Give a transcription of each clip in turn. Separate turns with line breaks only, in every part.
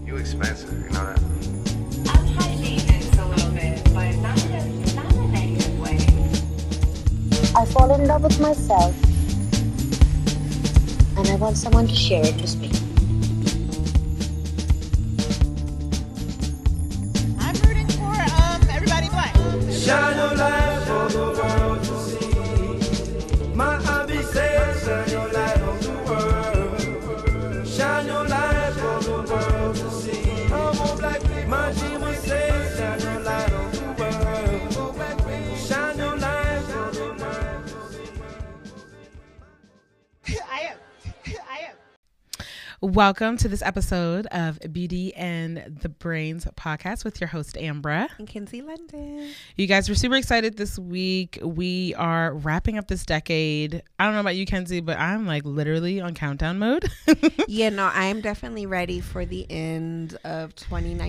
You expensive, you know that.
I'm high maintenance a little bit, but not in a, not in a negative way.
I fall in love with myself. And I want someone to share it with me.
I'm rooting for um everybody black.
Shine your light for the world to see. My hobby says, shine your light on the world. Shine your light for the world to see. I'm a black people. My demon says, shine your light on the world. Shine your light for the world to see.
I am. I am.
Welcome to this episode of Beauty and the Brains podcast with your host, Ambra.
And Kinsey London.
You guys, we're super excited this week. We are wrapping up this decade. I don't know about you, Kenzie, but I'm like literally on countdown mode.
Yeah, no, I am definitely ready for the end of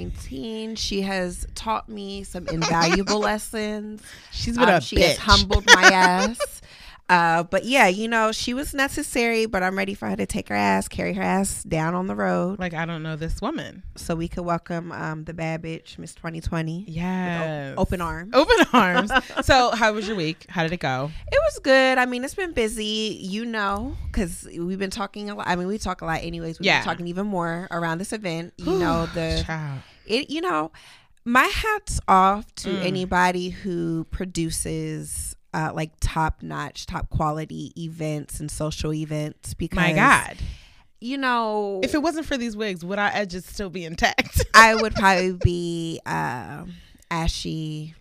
2019. She has taught me some invaluable lessons.
She's been
Um,
a
she
bitch.
has humbled my ass. Uh, but yeah, you know, she was necessary, but I'm ready for her to take her ass, carry her ass down on the road
like, I don't know this woman.
so we could welcome um, the bad bitch, Miss 2020.
Yeah.
Open arms.
Open arms. so, how was your week? How did it go?
It was good. I mean, it's been busy, you know, because we've been talking a lot. I mean, we talk a lot, anyways. We've
Yeah.
been talking even more around this event. You know the
Child.
it. You know, my hats off to
Mm.
anybody who produces uh, like top notch, top quality events and social events. Because
My God.
you know,
If it wasn't for these wigs, would our edges still be intact?
I would probably be um ashy,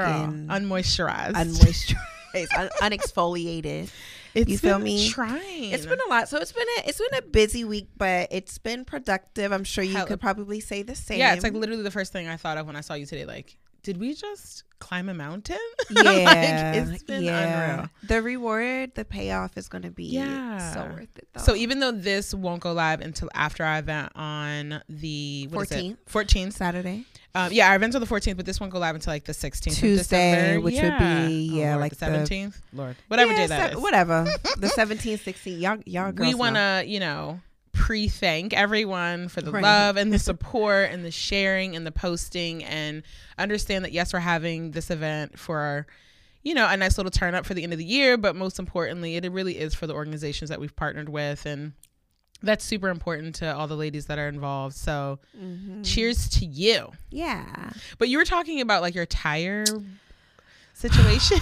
Girl, unmoisturized.
unmoisturized, un- unexfoliated.
It's
you feel
been
me?
Trying.
It's been a lot. So it's been a, it's been a busy week, but it's been productive. I'm sure you
Hell-
could probably say the same.
Yeah, it's like literally the first thing I thought of when I saw you today. Like, did we just climb a mountain?
yeah,
like, it's been
yeah.
unreal.
The reward, the payoff is going to be
Yeah.
so worth it. Though.
So even though this won't go live until after our event on the what is it?
14th.
14th.
Saturday,
Um, yeah, our event's on the 14th, but this won't go live until like the 16th of
Tuesday,
December.
which would be, yeah,
Lord,
like
the
the-
17th. Lord, whatever day
Yeah,
that
se-
is.
whatever. the 17, 16, y'all, y'all girls.
we want to, you know, pre thank everyone for the
Right.
love and the support and the sharing and the posting and understand that, yes, we're having this event for, you know, a nice little turn up for the end of the year. But most importantly, it really is for the organizations that we've partnered with. And that's super important to all the ladies that are involved. So
hmm
cheers to you.
Yeah,
But you were talking about like your tire situation.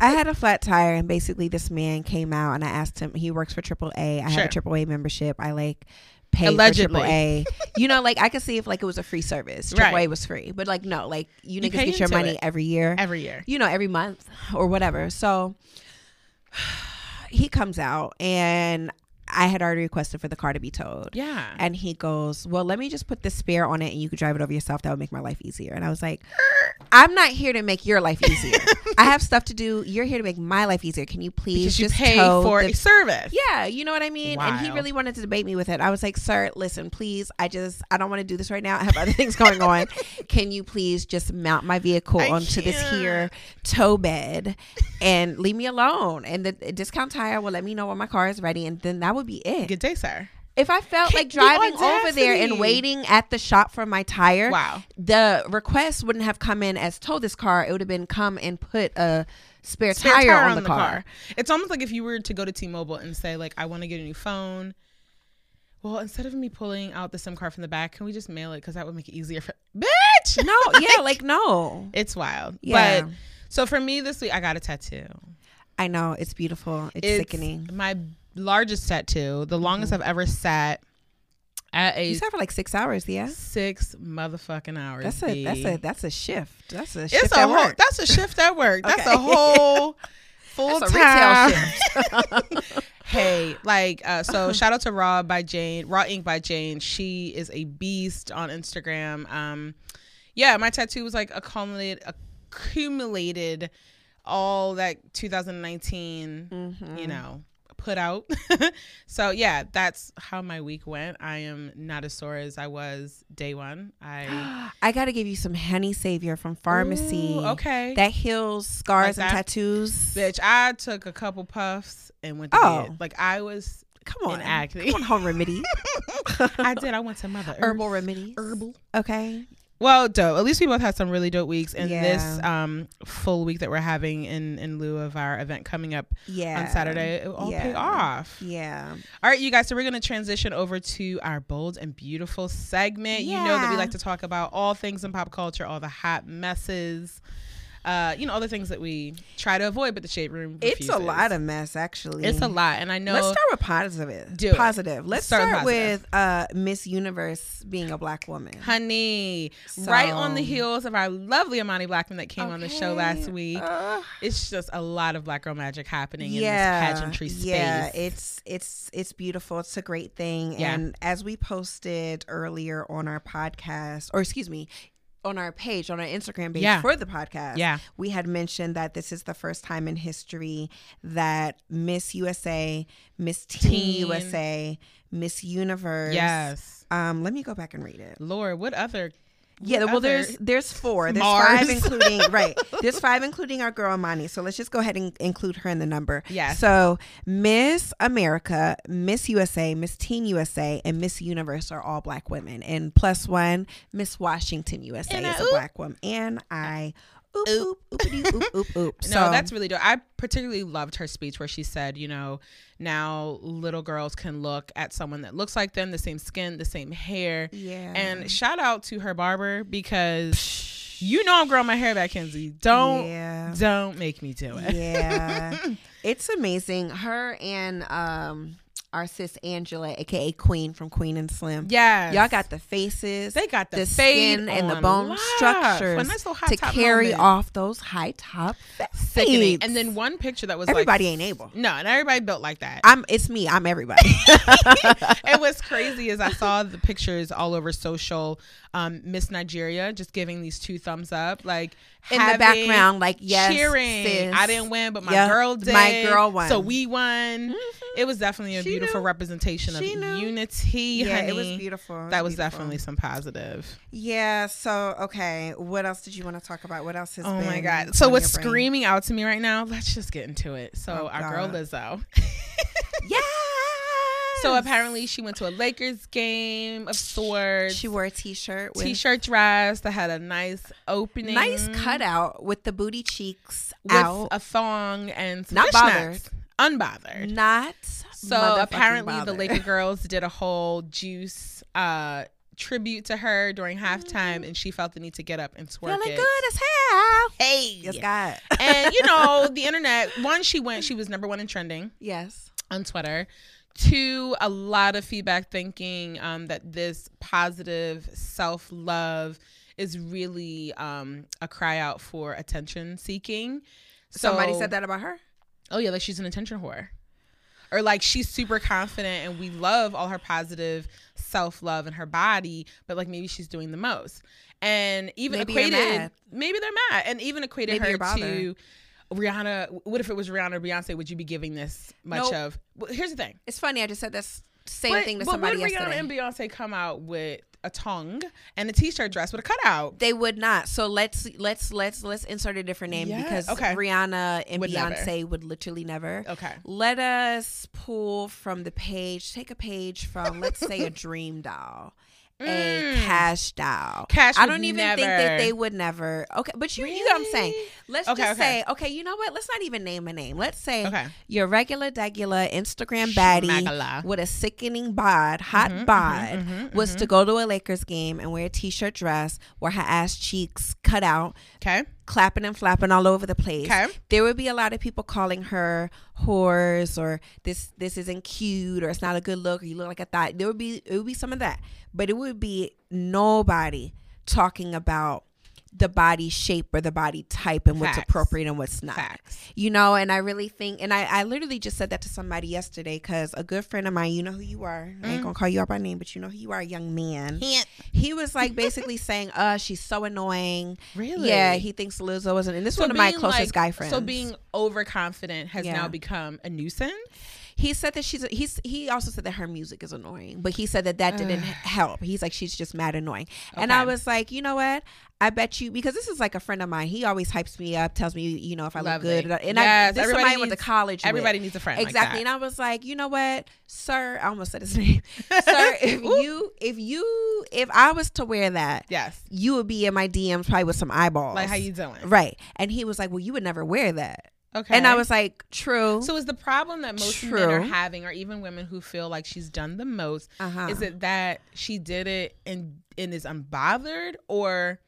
I had a flat tire, and basically this man came out, and I asked him. He works for AAA. I have a
Sure.
AAA membership. I like pay
Allegedly.
for AAA. you know, like I could see if like it was a free service. AAA
Right.
was free, but like no, like you,
You
niggas
pay
get your
into
money
it.
every year,
Every year.
you know, every month or whatever. So he comes out, and I had already requested for the car to be towed.
Yeah.
And he goes, Well, let me just put the spare on it and you could drive it over yourself. That would make my life easier. And I was like, I'm not here to make your life easier. I have stuff to do. You're here to make my life easier. Can you please
because you
just
pay
tow
for
the-
a service.
yeah, you know what I mean? And he
Wow.
really wanted to debate me with it. I was like, sir, listen, please, I just, I don't want to do this right now. I have other things going on. Can you please just mount my vehicle
I
onto this here tow bed and leave me alone? And the discount tire will let me know when my car is ready. And then that would be it.
Good day, sir.
If I felt like
The
driving over there
audacity.
and waiting at the shop for my tire,
Wow.
the request wouldn't have come in as tow this car. It would have been come and put a spare,
spare
tire, on, the, car.
It's almost like if you were to go to T-Mobile and say like, "I want to get a new phone." Well, instead of me pulling out the SIM card from the back, can we just mail it? Because that would make it easier for bitch.
No, Oh, yeah, like no.
it's wild.
Yeah.
But so for me this week, I got a tattoo.
I know it's beautiful. It's,
It's
sickening. Mm-hmm.
My largest tattoo, the longest I've ever sat at a
You sat for like six hours, yeah.
six motherfucking hours.
That's a that's
B.
a that's a shift. That's a shift
It's a
at
whole.
work.
That's a shift at work. That's
Okay.
a whole full
That's a
time.
retail
hey, like uh, so. shout out to Raw by Jane, Raw Ink by Jane. She is a beast on Instagram. Um, yeah, my tattoo was like accumulated, accumulated all that 2019.
Mm-hmm.
You know. Put out. so, yeah, that's how my week went. I am not as sore as I was day one. I
I gotta give you some honey savior from pharmacy.
Ooh, okay.
That heals scars
Like that?
and tattoos.
Bitch, I took a couple puffs and went to
Oh.
bed. Like I was
Come
in
on.
acne.
Come on, home remedy.
I did. I went to Mother Earth.
Herbal remedies.
Herbal.
Okay.
Well, dope. At least we both had some really dope weeks, and this
Yeah.
um full week that we're having in in lieu of our event coming up
Yeah.
on Saturday, it will all pay
Yeah.
off.
Yeah.
All right, you guys. So we're gonna transition over to our bold and beautiful segment. You know that we
Yeah.
like to talk about all things in pop culture, all the hot messes. Uh, you know, all the things that we try to avoid, but the shade room.
It's a
refuses.
lot of mess, actually.
It's a lot, and I know.
Let's start with positive.
Do it.
positive. Let's
Start
start,
positive.
with uh, Miss Universe being a black woman.
Honey, right on the
So-
heels of our lovely Amani Blackman that came on the show last
Okay. Uh,
week.
Ugh.
it's just a lot of black girl magic happening in this pageantry space.
Yeah, it's it's it's beautiful. It's a great thing.
Yeah.
And as we posted earlier on our podcast, or excuse me, on our page, on our Instagram page
Yeah.
for the podcast,
Yeah.
we had mentioned that this is the first time in history that Miss USA, Miss Teen,
Teen.
USA, Miss Universe.
yes.
Um, let me go back and read it.
Lord, what other?
Yeah, well, there's
other-
there's four. There's
Mars.
five, including right. There's five, including our girl Amani. So let's just go ahead and include her in the number.
Yes.
So Miss America, Miss USA, Miss Teen USA, and Miss Universe are all black women, and plus one Miss Washington USA
And I
is a
oop.
black woman. And I oop oop oop oop oop oop.
No, that's really dope. I particularly loved her speech where she said, you know, now little girls can look at someone that looks like them, the same skin, the same hair.
yeah.
And shout out to her barber because you know I'm growing my hair back, Kenzie. Don't
Yeah.
don't make me do it.
yeah it's amazing her and um our sis angela aka queen from queen and slim
Yes.
y'all got the faces
They got the fade
skin and the
on
bone
live.
structures
A nice little hot
to
top
carry
moment.
off those high top
sickening.
fades.
And then one picture that was
everybody
like,
ain't able
No, and everybody built like that.
i'm it's me i'm everybody
and what's crazy is I saw the pictures all over social. Um, Miss Nigeria just giving these two thumbs up, like
in the
having-
background like yes
cheering.
sis.
I didn't win, but my
Yeah,
girl did.
my girl won. Mm-hmm.
So we won. It was definitely a
She
beautiful
knew.
representation of
She knew.
unity.
yeah
honey.
it was beautiful It
That was
beautiful.
definitely some positive.
yeah so okay what else did you want to talk about what else has
oh my
been
god! So
on
what's
your brain?
screaming out to me right now? Let's just get into it. So
Oh,
our girl
God.
Lizzo.
yeah
So apparently she went to a Lakers game of sorts.
She wore a t-shirt with
t-shirt dress that had a nice opening,
nice cutout with the booty cheeks
with
out.
a thong and some
Not
fishnets. unbothered.
Not
So
motherfucking
apparently the
bothered.
Laker girls did a whole juice uh, tribute to her during halftime, and she felt the need to get up and twerk
Mm-hmm. feeling
it.
good as hell.
Hey,
Yes, God.
and you know the internet. One, she went. She was number one in trending.
yes.
on Twitter. Two, a lot of feedback thinking um, that this positive self love is really um, a cry out for attention seeking.
Somebody
So-
said that about her.
Oh, yeah, like she's an attention whore. Or like she's super confident and we love all her positive self love and her body, but like maybe she's doing the most. And even
Maybe you're
equated,
mad.
maybe they're mad. And even equated
Maybe you're
her to
bothered.
Rihanna. What if it was Rihanna or Beyonce? Would you be giving this much
Nope.
of? Well, here's the thing
It's funny. I just said that s- same thing to
but
somebody
would Rihanna
yesterday.
and Beyonce come out with a tongue and a t-shirt dress with a cutout?
they would not. So let's let's let's let's insert a different name
Yeah,
because
okay.
Rihanna and
Would never.
Beyonce would literally never.
Okay.
Let us pull from the page. Take a page from let's say a dream doll. A
Mm.
cash doll.
Cash
I
would
don't even think that
never.
they would never. Okay, but you you know what I'm saying.
Really?
Let's
Okay,
just
okay.
say, okay, you know what? Let's not even name a name. Let's say
Okay.
your regular degular Instagram baddie
Schmagala.
with a sickening bod, hot bod, was to go to a Lakers game and wear a t-shirt dress, where her ass cheeks cut out,
Okay.
clapping and flapping all over the place.
Okay.
There would be a lot of people calling her whores or this this isn't cute or it's not a good look or you look like a thought. There would be it would be some of that. But it would be nobody talking about the body shape or the body type and what's
Facts.
appropriate and what's not
Facts.
you know and i really think and i, I literally just said that to somebody yesterday because a good friend of mine you know who you are i
Mm-hmm.
ain't gonna call you out by name but you know who you are young man he was like basically saying uh she's so annoying
Really?
yeah he thinks lizzo is an and this is one of my
being,
closest
like-
guy friends
So being overconfident has
Yeah.
now become a nuisance.
He said that she's he's he also said that her music is annoying, but he said that that didn't help. He's like she's just mad annoying, and I
Okay.
was like, you know what? I bet you because this is like a friend of mine. He always hypes me up, tells me you know if I
Lovely.
look good, and I
Yes,
this is
everybody
somebody I went to
needs-
college. with.
everybody needs a friend like
exactly.
that.
And I was like, you know what, sir? I almost said his name, sir. If you if you if I was to wear that,
Yes.
you would be in my DMs probably with some eyeballs.
Like how you doing?
Right. And he was like, Well, you would never wear that.
Okay.
And I was like, True.
So is the problem that most men are
True.
having, or even women who feel like she's done the most,
Uh-huh.
is it that she did it and and is unbothered, or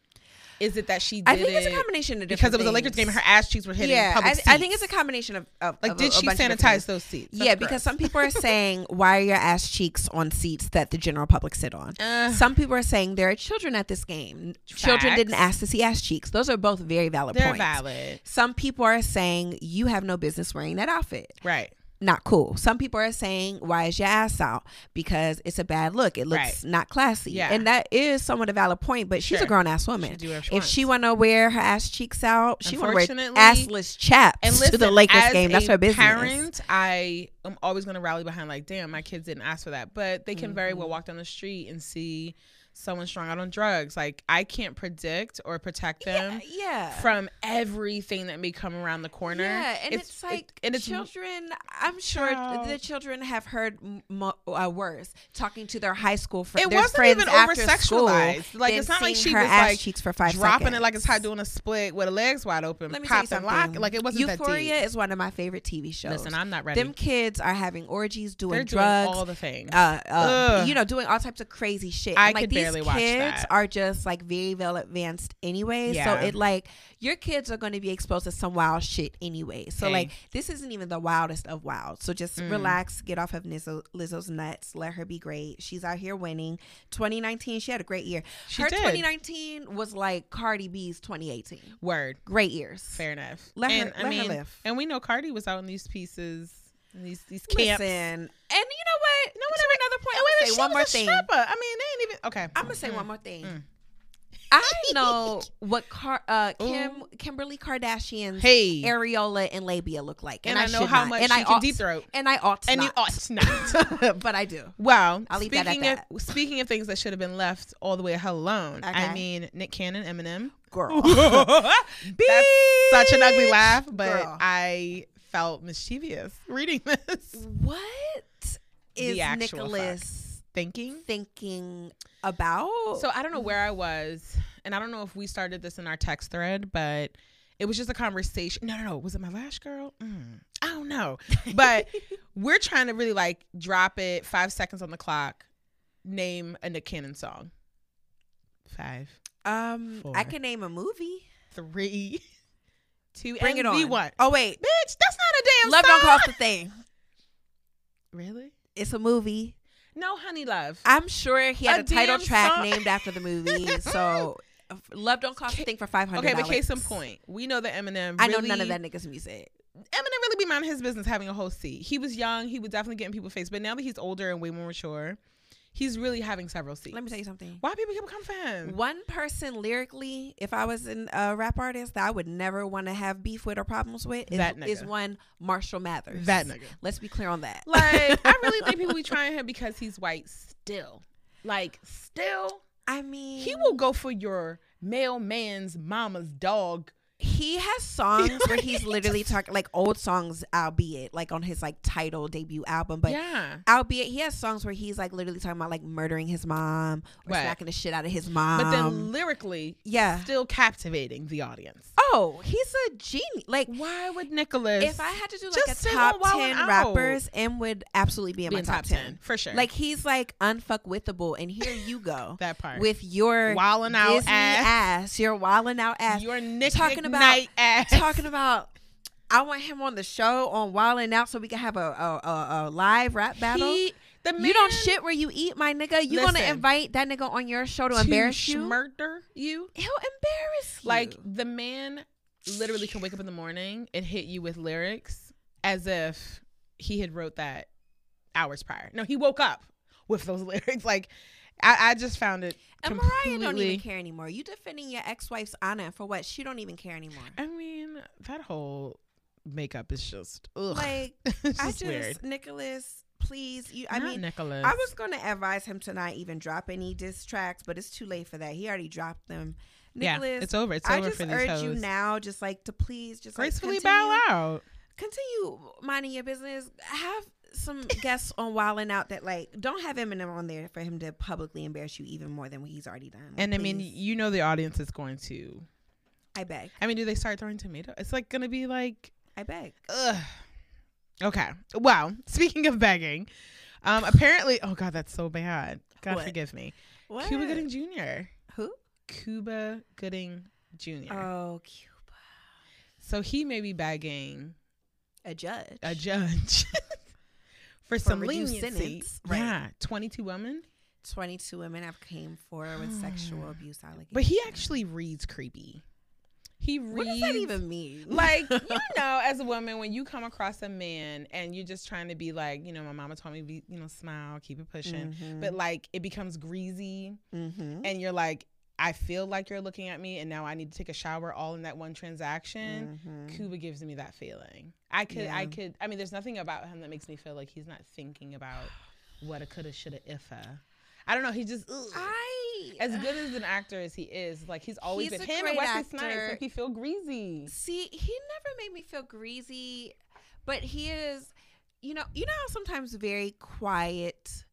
is it that she did
I think it's a
it
combination of
because
different
it was a Lakers game,
things.
and her ass cheeks were hitting
yeah,
public
I,
seats.
I think it's a combination of, of
like
of a-
did
a
she
bunch of different
sanitize
things.
those seats?
yeah, because some people are saying, "Why are your ass cheeks on seats that the general public sit on?"
Ugh.
some people are saying there are children at this game. Children
Facts.
didn't ask to see ass cheeks. Those are both very valid
they're
points.
valid,
Some people are saying you have no business wearing that outfit.
right?
not cool. Some people are saying, "Why is your ass out?" Because it's a bad look. It looks not classy,
Yeah.
and that is somewhat a valid point. But she's
Sure.
a grown ass woman.
She do whatever she
if she want to wear her ass cheeks out, she want to wear
Unfortunately-
assless chaps
And listen,
to the Lakers
as
game. That's
a
her business.
Parent, I am always going to rally behind. Like, damn, my kids didn't ask for that, but they can very well walk down the street and see someone strung out on drugs. Like, I can't predict or protect them
Uh, yeah.
from everything that may come around the corner.
Yeah, and it's,
it-
like
and it's
children. I'm sure
Child.
the children have heard m- mo- uh, worse talking to their high school friends.
It
their
wasn't
friends
even
after
over-sexualized.
school
Like,
than
it's not like
seeing
she
her
was,
ass
like,
cheeks for five
dropping
seconds.
it like it's hot doing a split with her legs wide open,
Let me
pop
tell
and
you
lock.
something.
Like, it wasn't that
Euphoria
deep.
is one of my favorite TV shows.
Listen, I'm not ready.
Them kids are having orgies, doing
They're
drugs,
doing all the things.
uh, uh,
Ugh.
you know, doing all types of crazy shit.
I
And, like
could
these
barely
kids
watch that.
are just like very well advanced anyway.
Yeah.
So it like your kids are going to be exposed to some wild shit anyway. So
Hey.
like this isn't even the wildest of wild. So just
Mm.
relax, get off of Lizzo, Lizzo's nuts, let her be great. She's out here winning. 2019, she had a great year.
She
her
did.
2019 was like Cardi B's 2018.
Word.
Great years.
Fair enough.
Let her-
and, I
let her
mean,
live.
And we know Cardi was out in these pieces, in these these camps.
Listen, and you know what? No one
To
another point.
And
I'm
wait,
gonna
wait,
say
she
one
was
more
a
thing.
stripper. I mean, they ain't even okay.
I'm gonna say one more thing.
mm.
I know what Car- uh, Kim Kimberly Kardashian's
Hey.
areola and labia look like,
And I know
should
how
not.
much
and
she
I
can
ought-
deep throat.
and I ought
And you
not.
ought not.
but I do.
Wow.
I'll leave
speaking
that at
of speaking of things that should have been left all the way alone. I
Okay.
mean, Nick Cannon, Eminem.
Girl,
That's such an ugly laugh, but
Girl.
I felt mischievous reading this,
what is
actual fuck.
Nicholas
thinking
thinking about?
So I don't know where I was, and I don't know if we started this in our text thread, but it was just a conversation. No, no, no. Was it my lash girl? Mm, I don't know. But we're trying to really like drop it five seconds on the clock. Name a Nick Cannon song. Five,
um,
Four.
I can name a movie.
three, two,
Bring
and
it on.
the one.
Oh wait,
Bitch, that's not a damn
love
song.
don't cost a thing.
Really?
It's a movie.
No, honey, love.
I'm sure he had
A
a, title
damn
track
song.
named after the movie. So, uh, Love Don't Cost a Thing for five hundred.
okay, but case in point, we know that Eminem.
I know none
really-
of that nigga's music.
Eminem really be minding his business having a whole seat. He was young, he was definitely getting people faced, but now that he's older and way more mature, he's really having several seats.
Let me tell you something.
Why people keep come for him?
One person lyrically, if I was an- a rap artist that I would never want to have beef with or problems with, is,
That nigga.
is one Marshall Mathers.
That nigga.
Let's be clear on that.
Like, I really think people be trying him because he's white still. Like, still,
I mean,
he will go for your mailman's mama's dog.
he has songs where he's literally talking like old songs, albeit like on his like title debut album, but.
yeah.
Albeit he has songs where he's like literally talking about like murdering his mom or
Right.
smacking the shit out of his mom.
But then lyrically,
yeah.
still captivating the audience.
Oh, he's a genius. Like
Why would Nicholas?
if I had to do like
Just
a
sit
top
on Wild 'N
ten
Out.
rappers, M would absolutely be in
Be
my
in
top,
top
10.
10, for sure.
Like he's like unfuckwithable, and here you go
that part
with your
Wildin' Out
Disney
ass.
ass. your wildin' out ass,
your Nick
talking about
Night ass.
talking about. I want him on the show on Wildin' Out so we can have a a, a, a live rap battle.
He- the
you don't
man-
shit where you eat, my nigga. You gonna
Listen.
invite that nigga on your show to, embarrass you?
murder you.
He'll embarrass you.
Like the man literally can wake up in the morning and hit you with lyrics as if he had wrote that hours prior. No, he woke up with those lyrics. Like I, I just found it.
And
completely,
Mariah don't even care anymore. You defending your ex-wife's honor for what? She don't even care anymore.
I mean, that whole makeup is just ugh.
Like,
it's just
I just
weird.
Nicholas, please. You, I
Not
mean,
Nicholas.
I was going to advise him to not even drop any diss tracks, but it's too late for that. He already dropped them.
Yeah,
Nicholas,
it's over. It's
I
over
just
for these
urge you
hoes.
now, just like to please, just
gracefully
like, continue-
bow out.
Continue minding your business. Have some guests on Wildin' Out that like don't have Eminem on there for him to publicly embarrass you even more than what he's already done. Like,
And I mean,
please.
you know the audience is going to.
I beg,
I mean, do they start throwing tomato? It's like going to be like,
I beg.
ugh. Okay. Wow. Speaking of begging, um, apparently, oh god, that's so bad. God
What?
forgive me.
What?
Cuba Gooding Jr.
Who?
Cuba Gooding Jr.
Oh, Cuba,
so he may be begging
a judge.
a judge for, some
reduced
leniency.
sentence, right.
Yeah, twenty-two women.
Twenty-two women have came forward with sexual abuse allegations.
But he actually reads creepy. He reads.
What does that even mean?
like you know as a woman when you come across a man and you're just trying to be like you know my mama told me be you know smile keep it pushing but like it becomes greasy
mm-hmm.
and you're like i feel like you're looking at me and now i need to take a shower all in that one transaction
Mm-hmm.
cuba gives me that feeling i could i
Yeah.
could i mean there's nothing about him that makes me feel like he's not thinking about what a coulda shoulda ifa i don't know he just ugh.
I
as good as an actor as he is, like he's always
He's
been
a
him and
great
Wesley Snipes
actor.
make you feel greasy.
see he never made me feel greasy, but he is, you know, you know how sometimes very quiet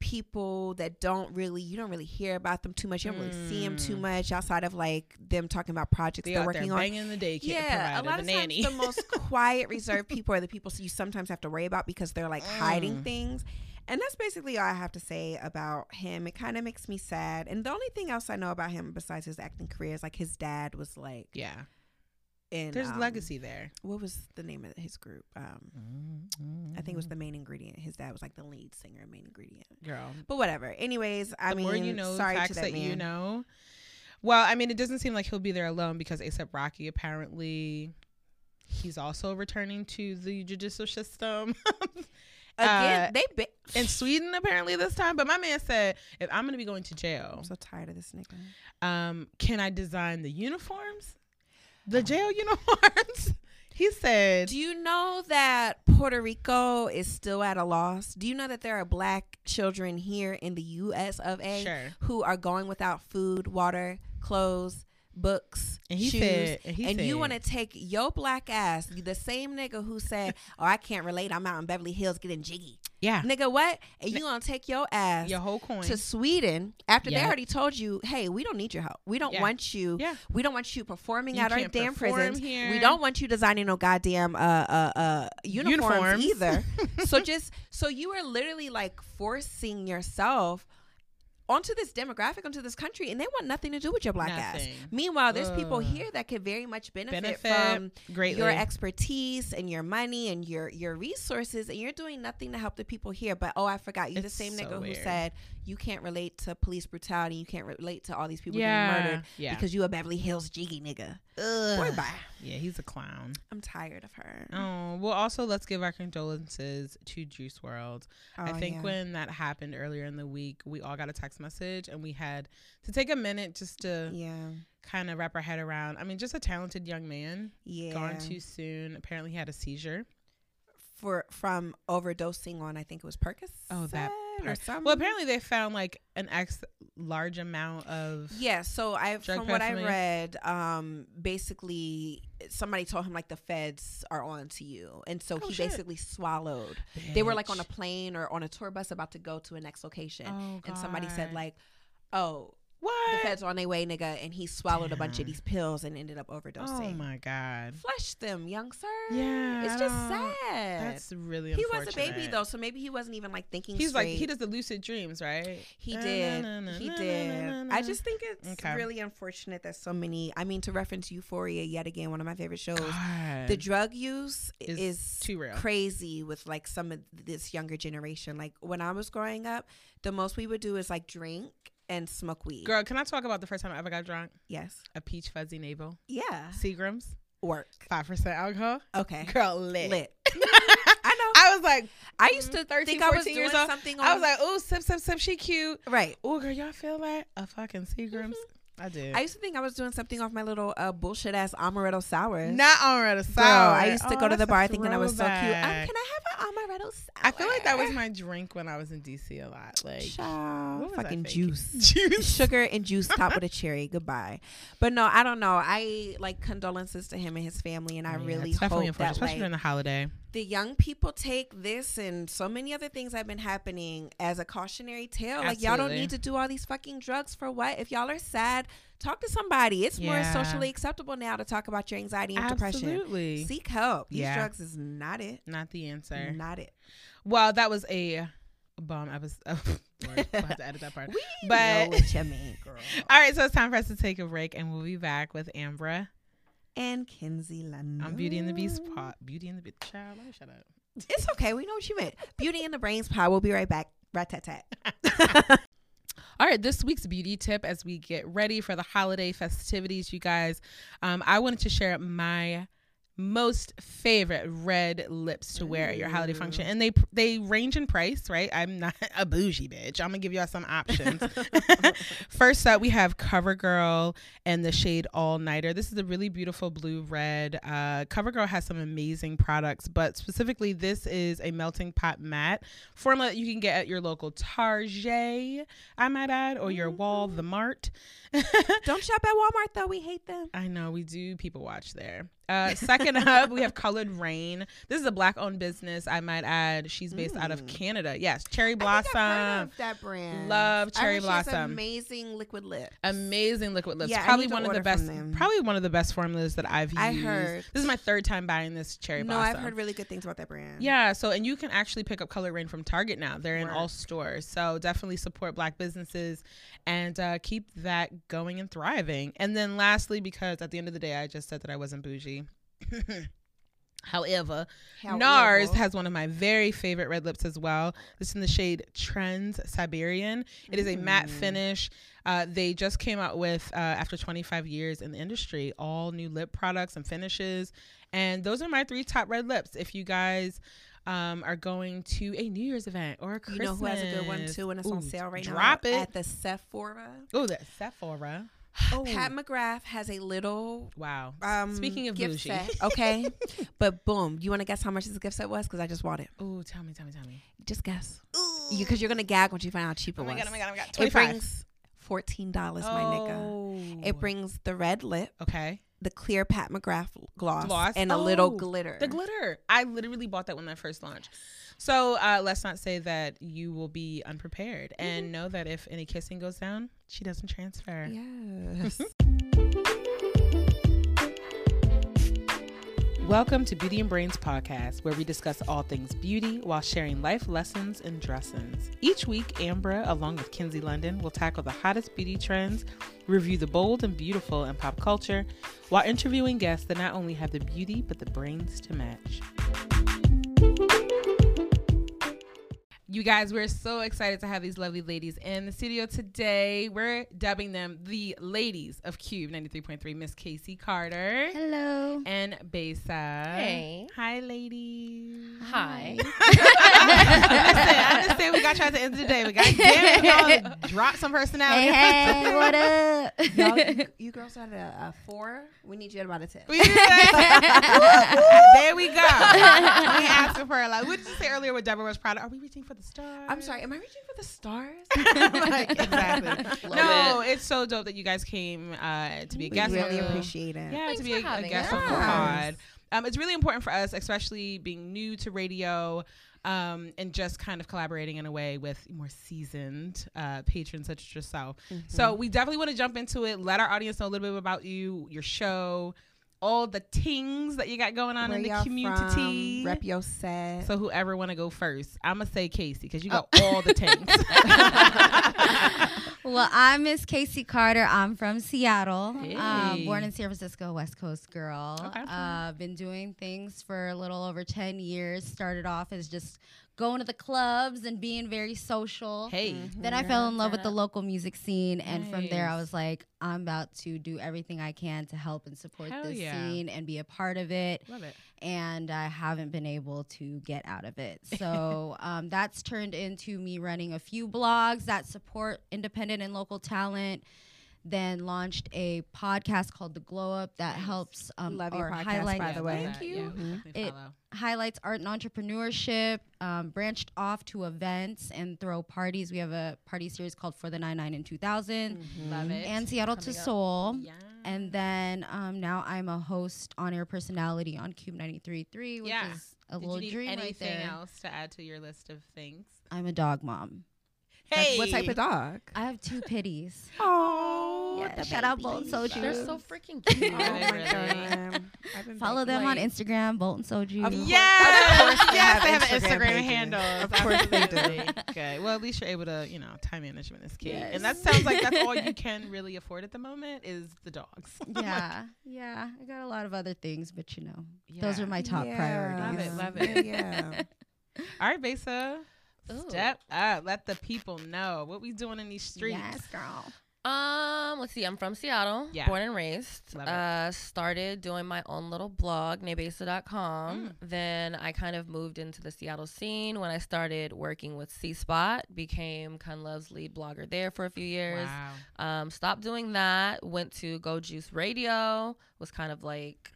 people that don't really you don't really hear about them too much. You don't really see them too much outside of like them talking about projects
Hmm. they
they are
out
working
there
on.
banging the daycare
Yeah, a
provider,
lot
the
of
nanny.
times the most quiet, reserved people are the people you sometimes have to worry about because they're like hiding
Mm.
things. And that's basically all I have to say about him. It kind of makes me sad. And the only thing else I know about him besides his acting career is like his dad was like
yeah,
in
there's
um,
legacy there.
What was the name of his group? Um,
mm-hmm.
I think it was the main ingredient. His dad was like the lead singer, and main ingredient.
girl.
But whatever. Anyways, I
The
mean,
more you know,
sorry
facts
to
that,
that, man.
you know. Well, I mean, it doesn't seem like he'll be there alone because ASAP Rocky apparently he's also returning to the judicial system
Again,
Uh,
they. Ba-
in Sweden apparently this time. But my man said, if I'm going to be going to jail,
I'm so tired of this nigga.
um, can I design the uniforms, the jail uniforms? he said,
Um, Do you know that Puerto Rico is still at a loss? Do you know that there are black children here in the US of A
Sure.
who are going without food, water, clothes, books,
And he
shoes?
said- and he
you
said-
want to take your black ass, the same nigga who said, "Oh, I can't relate. I'm out in Beverly Hills getting jiggy."
yeah,
Nigga, what? And you going to take your ass
your whole coin.
to Sweden after
Yep.
they already told you, hey, we don't need your help. We don't
Yeah.
want you.
Yeah.
We don't want you performing
You
at our
can't
damn
perform
prisons.
here.
We don't want you designing no goddamn uh uh uh
Uniforms.
uniforms, either. so just so you are literally like forcing yourself onto this demographic, onto this country, and they want nothing to do with your black
Nothing.
ass. Meanwhile, there's people
Ugh.
here that could very much benefit,
Benefit
from
greatly.
your expertise and your money and your your resources, and you're doing nothing to help the people here. But oh, I forgot you the
It's
same
so
nigga
weird.
who said you can't relate to police brutality, you can't relate to all these people
Yeah,
getting murdered
yeah.
because you a Beverly Hills jiggy nigga. Boy,
Ugh.
bye.
Yeah, he's a clown.
I'm tired of her.
Oh well. Also, let's give our condolences to Juice World. I
Oh,
think
yeah.
when that happened earlier in the week, we all got a text message, and we had to take a minute just to
Yeah,
kind of wrap our head around. I mean, just a talented young man
yeah.
gone too soon. Apparently, he had a seizure.
for from overdosing on I think it was Percocet.
Oh, that
or
part.
something.
Well, apparently, they found like an ex large amount of
Yeah, so I
Drug
from what I
paraphernalia?
read, um, basically somebody told him like the feds are on to you, and so
Oh,
he
shit.
basically swallowed. They were like on a
Bitch.
plane or on a tour bus about to go to a next location,
Oh,
and somebody said
God.
like, "Oh, the
what?
feds are on their way, nigga," and he swallowed a bunch
Damn.
of these pills and ended up
oh
overdosing.
my god.
Flush them, young sir.
Yeah, I
it's just
don't-
sad.
That's really
he was a baby
unfortunate.
though, so maybe he wasn't even like thinking.
He's like
straight.
he does the lucid dreams, right?
He
Na, na,
did.
na, na,
he
na, na,
did.
na, na,
I
na.
just think it's
Okay.
really unfortunate that so many. I mean, to reference Euphoria yet again, one of my favorite shows.
God.
The drug use
Is
is,
too real.
crazy with like some of this younger generation. Like when I was growing up, the most we would do is like drink and smoke weed.
Girl, can I talk about the first time I ever got drunk?
Yes.
A peach fuzzy navel,
Yeah.
Seagrams,
Work.
five percent alcohol.
Okay.
Girl, lit.
Eh. Lit.
I
know.
I was like,
I used to
13,
think I was
14 years
doing
old.
something. On,
I was like, oh, sip, sip, sip. She cute.
right.
Oh, girl, y'all feel that? A fucking Seagrams. I do.
Mm-hmm. I used to think I was doing something off my little uh, bullshit ass amaretto sour.
Not already
Bro,
sour.
I used
Oh,
to go to
that's
the
a
bar thinking I was so cute. Um, can
throwback.
I have an amaretto sour?
I feel like that was my drink when I was in DC a lot. Like
Child,
what was I
fucking
thinking?
juice.
juice.
Sugar and juice topped with a cherry. Goodbye. But no, I don't know. I like condolences to him and his family, and I
Yeah,
really
it's definitely
hope
unfortunate,
that
especially
like,
during the holiday.
the young people take this and so many other things have been happening as a cautionary tale. Like y'all don't
Absolutely.
need to do all these fucking drugs for what? If y'all are sad, talk to somebody. It's more
Yeah.
socially acceptable now to talk about your anxiety and depression.
Absolutely.
Seek help. These
Yeah.
drugs is not it.
Not the answer.
Not it.
Well, that was a bomb episode. Word. We'll have to edit that part.
We
But-
know what you mean, girl.
All right, so it's time for us to take a break, and we'll be back with Ambra
and Kinsey London.
on Beauty and the Beast. Pot. Beauty and the Beast. Child, let me shut up.
It's okay. We know what you meant. Beauty and the Brains Pod. We'll be right back. Rat tat tat.
All right, this week's beauty tip as we get ready for the holiday festivities, you guys. Um, I wanted to share my most favorite red lips to wear at your holiday function, and they they range in price. Right, I'm not a bougie bitch. I'm gonna give y'all some options. First up, we have CoverGirl and the shade All Nighter. This is a really beautiful blue red. Uh, CoverGirl has some amazing products, but specifically, this is a melting pot matte formula that you can get at your local Target, I might add, or your Wall, the Mart.
Don't shop at Walmart though. We hate them.
I know we do people watch there. Uh, second up, we have Colored Rain. This is a black owned business, I might add. She's based out
Mm.
of Canada. Yes, Cherry Blossom.
that brand.
Love Cherry
I heard she has
Blossom.
amazing liquid lip.
amazing liquid lips.
Yeah, I
probably
need to
one of the
order
best.
from them.
Probably one of the best formulas that I've used.
I heard.
This is my third time buying this cherry
No,
blossom.
I've heard really good things about that brand.
Yeah, so and you can actually pick up Color Rain from Target now. They're in all
Work.
stores. So definitely support black businesses and uh, keep that going and thriving. And then lastly, because at the end of the day, I just said that I wasn't bougie. However,
How
NARS
evil.
has one of my very favorite red lips as well. This is in the shade Trends Siberian. It is a matte
Mm.
finish. Uh, they just came out with, uh, after 25 years in the industry, all new lip products and finishes. And those are my three top red lips. If you guys um, are going to a New Year's event or a
You
Christmas,
know who has a good one too, and it's on
Ooh,
sale right
Drop
now
it.
at the Sephora.
oh, that Sephora. Oh,
Pat McGrath has a little
wow.
um,
Speaking of
gift
bougie.
set, okay? but boom, you want to guess how much this gift set was? Because I just bought it.
Oh, tell me, tell me, tell me.
Just guess, because you're gonna gag once you find out how cheap it
Oh my
was.
god, oh my god, oh my god.
It
25.
brings fourteen dollars, my nigga.
Oh.
It brings the red lip,
Okay.
the clear Pat McGrath gloss,
Gloss?
and a little
Oh,
glitter.
The glitter. I literally bought that when that first launched. So uh, let's not say that you will be unprepared
Mm-hmm.
and know that if any kissing goes down, she doesn't transfer.
Yes.
Welcome to Beauty and Brains podcast, where we discuss all things beauty while sharing life lessons and dressings. Each week, Ambra, along with Kinsey London, will tackle the hottest beauty trends, review the bold and beautiful in pop culture, while interviewing guests that not only have the beauty but the brains to match. You guys, we're so excited to have these lovely ladies in the studio today. We're dubbing them the ladies of Cube 93.3, Miss Casey Carter.
Hello.
and Besa.
Hey.
Hi, ladies.
Hi.
I understand we got you at the end of the day, but goddamn it, y'all drop some personality.
hey, hey, what up?
Y'all, you girls had a, a four. We need you at about a ten.
We did that. there we go. We asking for a lot. What did you say earlier with Deborah was proud of? Are we reaching for the stars?
I'm sorry. Am I reaching for the stars?
Like, exactly.
Love
no, it's so dope that you guys came uh, to be a guest.
we really
on the-
appreciate it.
Yeah,
Thanks
to be
for
a, a
having
guest on the
us.
pod. Um, it's really important for us, especially being new to radio um, and just kind of collaborating in a way with more seasoned uh, patrons such as yourself.
Mm-hmm.
So we definitely want to jump into it. Let our audience know a little bit about you, your show, all the things that you got going on
Where
in the
y'all
community.
From, rep your set.
so whoever want to go first, I'm gonna say Casey because you got all the things.
well, I'm Miss Casey Carter. I'm from Seattle. Um, born
Hey.
in San Francisco, West Coast girl.
Okay.
Uh, been doing things for a little over 10 years. Started off as just going to the clubs and being very social.
hey,
Then I fell in love with the local music scene, and from there I
Nice.
was like, I'm about to do everything I can to help and support
Hell
this
yeah.
scene and be a part of it.
love it.
and I haven't been able to get out of it. So um, that's turned into me running a few blogs that support independent and local talent. then launched a podcast called The Glow Up that helps um,
Love your
or
podcast,
highlight
by the way.
Thank
Thank
you.
Yeah, definitely
It-
follow.
highlights art and entrepreneurship, um, branched off to events and throw parties. We have a party series called For the 99 in 2000
Mm-hmm.
Love it.
and Seattle to
Coming up.
Soul.
Yeah.
And then um, now I'm a host on air personality on Cube 93.3, which
Yeah.
is a
Did you
little
need
dream right
anything
there.
else to add to your list of things?
I'm a dog mom.
That's What type of dog?
I have two pitties.
Oh,
Yeah, shout out Bolt Soju.
They're so freaking cute.
Oh my
Really?
God. I've been
Follow
begging-
them on Instagram, Bolt and Soju.
Of course-
Yes,
of course they
yes, they have an Instagram
pages.
handle.
Of course they do.
Absolutely. Okay. Well, at least you're able to, you know, time management is key,
Yes.
and that sounds like that's all you can really afford at the moment is the dogs.
Yeah, yeah. I got a lot of other things, but you know, those
Yeah.
are my top
Yeah.
priorities.
Love it, love
Yeah,
it.
Yeah.
All right, Besa.
Ooh.
Step up. Let the people know what we doing in these streets.
Yes, girl.
Um, let's see. I'm from Seattle,
Yeah.
born and raised.
Love it.
uh, started doing my own little blog, nebesa.com.
Mm.
Then I kind of moved into the Seattle scene when I started working with C Spot, became Kun Love's lead blogger there for a few years.
Wow.
Um, stopped doing that, went to Go Juice Radio, was kind of like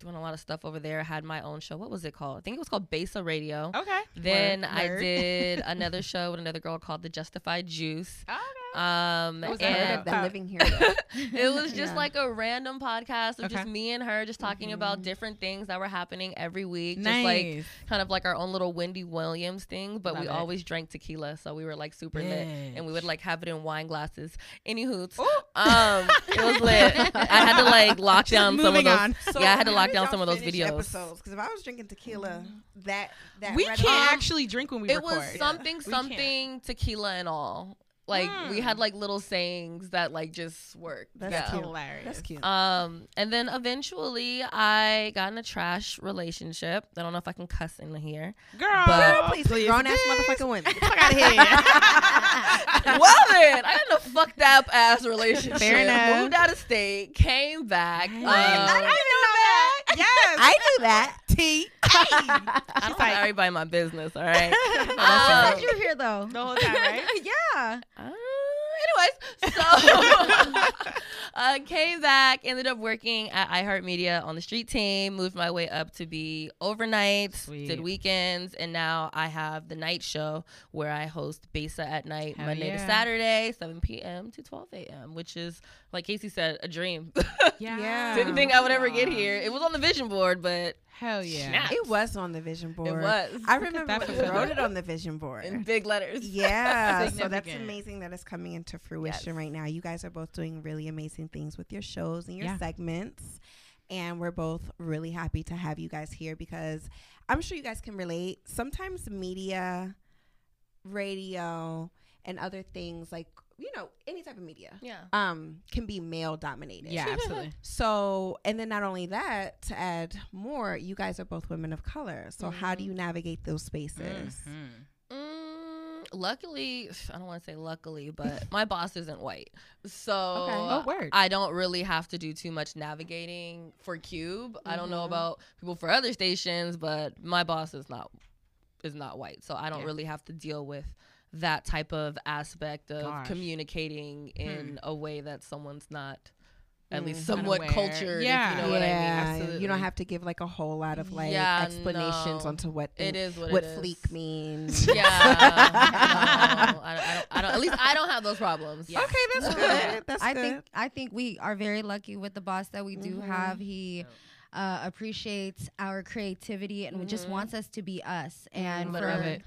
doing a lot of stuff over there, had my own show. What was it called? I think it was called Besa Radio.
Okay.
Then
Word.
I
Uh, Nerd.
did another show with another girl called The Justified Juice.
Okay.
Um,
Was that
and
her
Heard of that living here. though.
it was just
Yeah.
like a random podcast of just
Okay. Mm-hmm.
me and her just talking about different things that were happening every week.
nice.
Just like kind of like our own little Wendy Williams thing, but we
Love it.
always drank tequila, so we were like super lit and we would
Bitch.
like have it in wine glasses. Any hoots.
Ooh.
Um it was lit. I had to like lock
She's
down some of
moving
those.
on.
Yeah, I had to
how
lock
did
down
y'all
some of those
finish
videos.
Episodes, because if I was drinking tequila, that that
we
right
can't
off-
actually drink when we
it
record.
was something
We can't.
something tequila and all. Like we
Hmm.
had like little sayings that like just worked.
That's Uh,
yeah.
That's
cute.
hilarious.
That's cute.
Um, and then eventually I got in a trash relationship. I don't know if I can cuss in here.
Girl,
But-
Girl, please, grown ass motherfucking women.
Fuck out of here.
well then, I got in a fucked up ass relationship.
Fair enough.
Moved out of state, came back. Um,
I didn't know
I,
that. Yes.
I knew that. T.
don't tell everybody my business. All right.
I'm
Um,
glad you're here, though.
the whole time, right?
yeah.
Uh, anyways, so I came back, ended up working at iHeartMedia on the street team, moved my way up to be overnights,
Sweet.
did weekends, and now I have the night show where I host Besa at night,
Hell
Monday to
yeah.
Saturday, 7 p.m. to 12 a.m., which is, like Casey said, a dream.
Yeah.
Didn't think I would ever get here. It was on the vision board, but
Hell yeah.
Snap.
It was on the vision board.
it was.
I remember
that
when
for
you
sure.
wrote it on the vision board.
in big letters.
Yeah, so that's
Significant.
amazing that it's coming into fruition right now. You guys are both doing really amazing things with your shows and your
Yeah.
segments. And we're both really happy to have you guys here because I'm sure you guys can relate. Sometimes media, radio, and other things like, you know, any type of media
Yeah.
um can be male dominated.
Yeah, absolutely.
So, and then not only that, to add more, you guys are both women of color. So, how
Mm-hmm.
do you navigate those spaces?
Mm, luckily, I don't want to say luckily, but my boss isn't white, so uh,
Oh, word.
I don't really have to do too much navigating for Cube. I don't
Mm-hmm.
know about people for other stations, but my boss is not is not white, so I don't
Yeah.
really have to deal with that type of aspect of
Gosh. Hmm.
communicating in a way that someone's not at least
Mm.
somewhat
Unaware.
cultured.
Yeah.
Yeah, you know what I mean.
yeah, you
Absolutely.
don't have to give like a whole lot of like
Yeah,
explanations
no.
onto what
It
thing-
is what,
what
it is.
fleek means.
Yeah, no, I, don't, I, don't, I don't. At least I don't have those problems. Yeah.
Okay, that's good. That's
I
good.
think I think we are very lucky with the boss that we do
Mm-hmm.
have. He uh, appreciates our creativity and just
Mm-hmm.
wants us to be us. And
Mm, Love
for
it.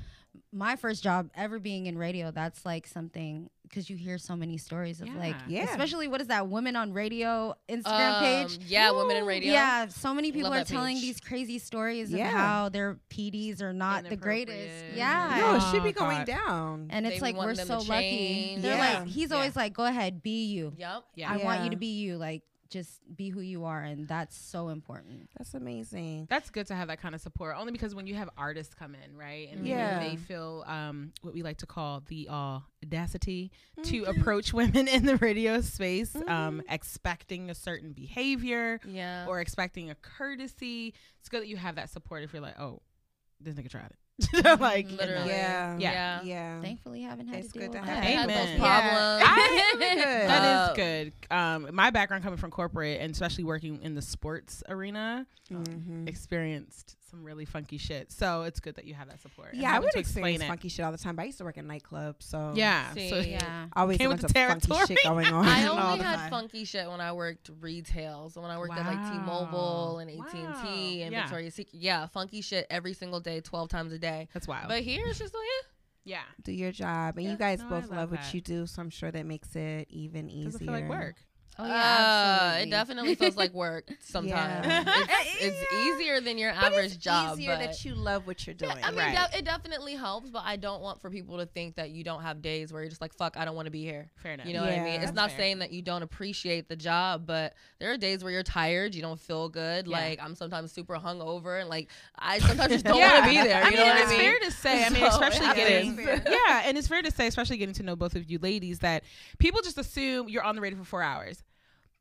my first job ever being in radio, that's like something because you hear so many stories of like,
Yeah. Yeah.
especially what is that women on radio Instagram
Um,
page?
yeah, Women in Radio.
Yeah, so many people
Love
are
that
telling
page.
these crazy stories
Yeah.
of how their PDs are not the greatest.
Inappropriate.
Yeah.
no, it
Oh,
should be going
God.
down.
And it's
They
like
want
we're
them
so
to
lucky.
change.
They're
Yeah.
like, he's always like, go ahead, be you.
Yep.
Yeah.
I want
Yeah.
you to be you. Like, just be who you are, and that's so important.
that's amazing.
That's good to have that kind of support, only because when you have artists come in, right, and
Yeah.
they feel um, what we like to call the uh, audacity to
Mm-hmm.
approach women in the radio space, um, expecting a certain behavior
Yeah.
or expecting a courtesy. It's good that you have that support if you're like, oh, this nigga tried it. like
Mm-hmm. Literally.
Yeah.
Yeah.
Yeah.
Thankfully, haven't had
It's
to deal
good
with
to
that.
have
Had those
Amen.
problems.
I-
Good.
That
Uh,
is good. Um, my background coming from corporate and especially working in the sports arena, Mm-hmm.
Mhm.
experienced some really funky shit. So it's good that you have that support. and
Yeah, I
having
would
to
experience funky shit all the time. But I used to work in nightclubs, so
Yeah.
See,
so-
Yeah.
always a
Came
bunch
with
of
the
funky shit
territory.
going on.
I
all
only
the
had
time.
funky shit when I worked retail. So when I worked at like T-Mobile and
Wow.
AT&T and
Yeah.
Victoria's Secret. Yeah, funky shit every single day, 12 times a day.
That's wild.
But here it's just like, eh,
yeah.
Do your job, and
Yeah.
you guys
No, I
both
love
love
that.
what you do, so I'm sure that makes it even easier.
Doesn't feel like work.
Oh
uh, it definitely feels like work sometimes. It's, it's easier than your
But
average
it's
job.
easier
but-
that you love what you're doing.
I mean,
Right.
de- it definitely helps, but I don't want for people to think that you don't have days where you're just like, fuck, I don't want to be here.
Fair enough.
You know what I
Yeah.
mean? It's
That's
not
fair.
saying that you don't appreciate the job, but there are days where you're tired, you don't feel good.
Yeah.
Like I'm sometimes super hungover, and like I sometimes just don't want
Yeah.
to be there. You
I mean,
know what
it's
I mean?
fair to say. I mean,
So,
especially
yeah.
getting
Fair.
yeah, and it's fair to say, especially getting to know both of you ladies, that people just assume you're on the radio for four hours.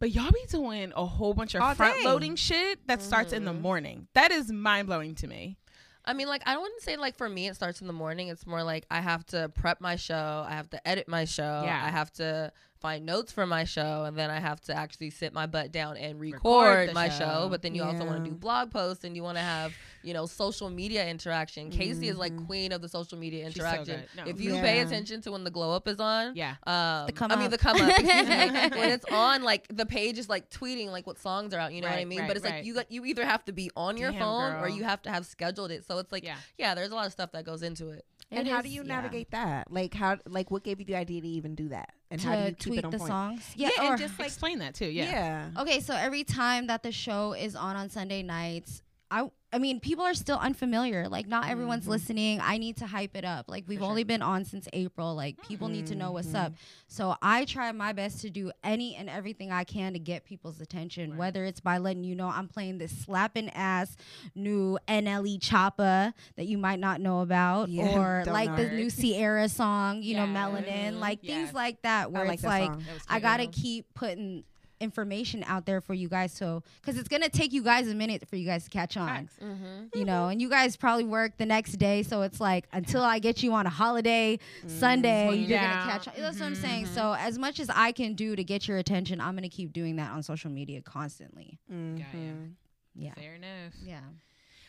But y'all be doing a whole bunch
All
of
day.
front loading shit that starts in the morning. That is mind blowing to me.
I mean, like I wouldn't say like for me it starts in the morning. It's more like I have to prep my show, I have to edit my show,
Yeah.
I have to find notes for my show, and then I have to actually sit my butt down and record,
Record the
my
show.
show. But then you also want
Yeah.
to do blog posts and you want to have you know social media interaction. Casey is like queen of the social media
Mm-hmm. She's so
interaction.
good. No.
If you pay
Yeah.
attention to when the glow up is on,
Yeah.
um,
The come
I mean
up.
the come up. excuse me. when it's on, like the page is like tweeting like what songs are out. You know what I
Right,
mean?
right,
but it's
right.
like you got you either have to be on your
Damn,
phone or
girl.
you have to have scheduled it. So it's like
Yeah.
yeah, there's a lot of stuff that goes into it.
and how do you navigate that? Like how? Like what gave you the idea to even do that? And how do
to
you keep it
tweet
on
the
point?
songs?
Yeah,
or-
and just like explain that too. Yeah.
yeah.
Okay, so every time that the show is on on Sunday nights, I I mean, people are still unfamiliar. Like not everyone's
Mm-hmm.
listening. I need to hype it up. Like we've only been on since April. Like people need to know what's up.
Mm-hmm.
So I try my best to do any and everything I can to get people's attention, whether it's by letting you know I'm playing this slapping ass new NLE Choppa that you might not know about
Yeah,
or
don't
like
know
the
it.
new Sierra song, you know,
Yes.
Melanin, like
Yes.
things like that where
I like
it's
that
like
song.
I gotta keep putting information out there for you guys, so because it's gonna take you guys a minute for you guys to catch on,
Mm-hmm.
you know. And you guys probably work the next day, so it's like until I get you on a holiday Sunday,
Slow
you're
down.
gonna catch on. That's what I'm saying. So as much as I can do to get your attention, I'm gonna keep doing that on social media constantly.
Mhm.
Yeah,
Fair enough.
yeah.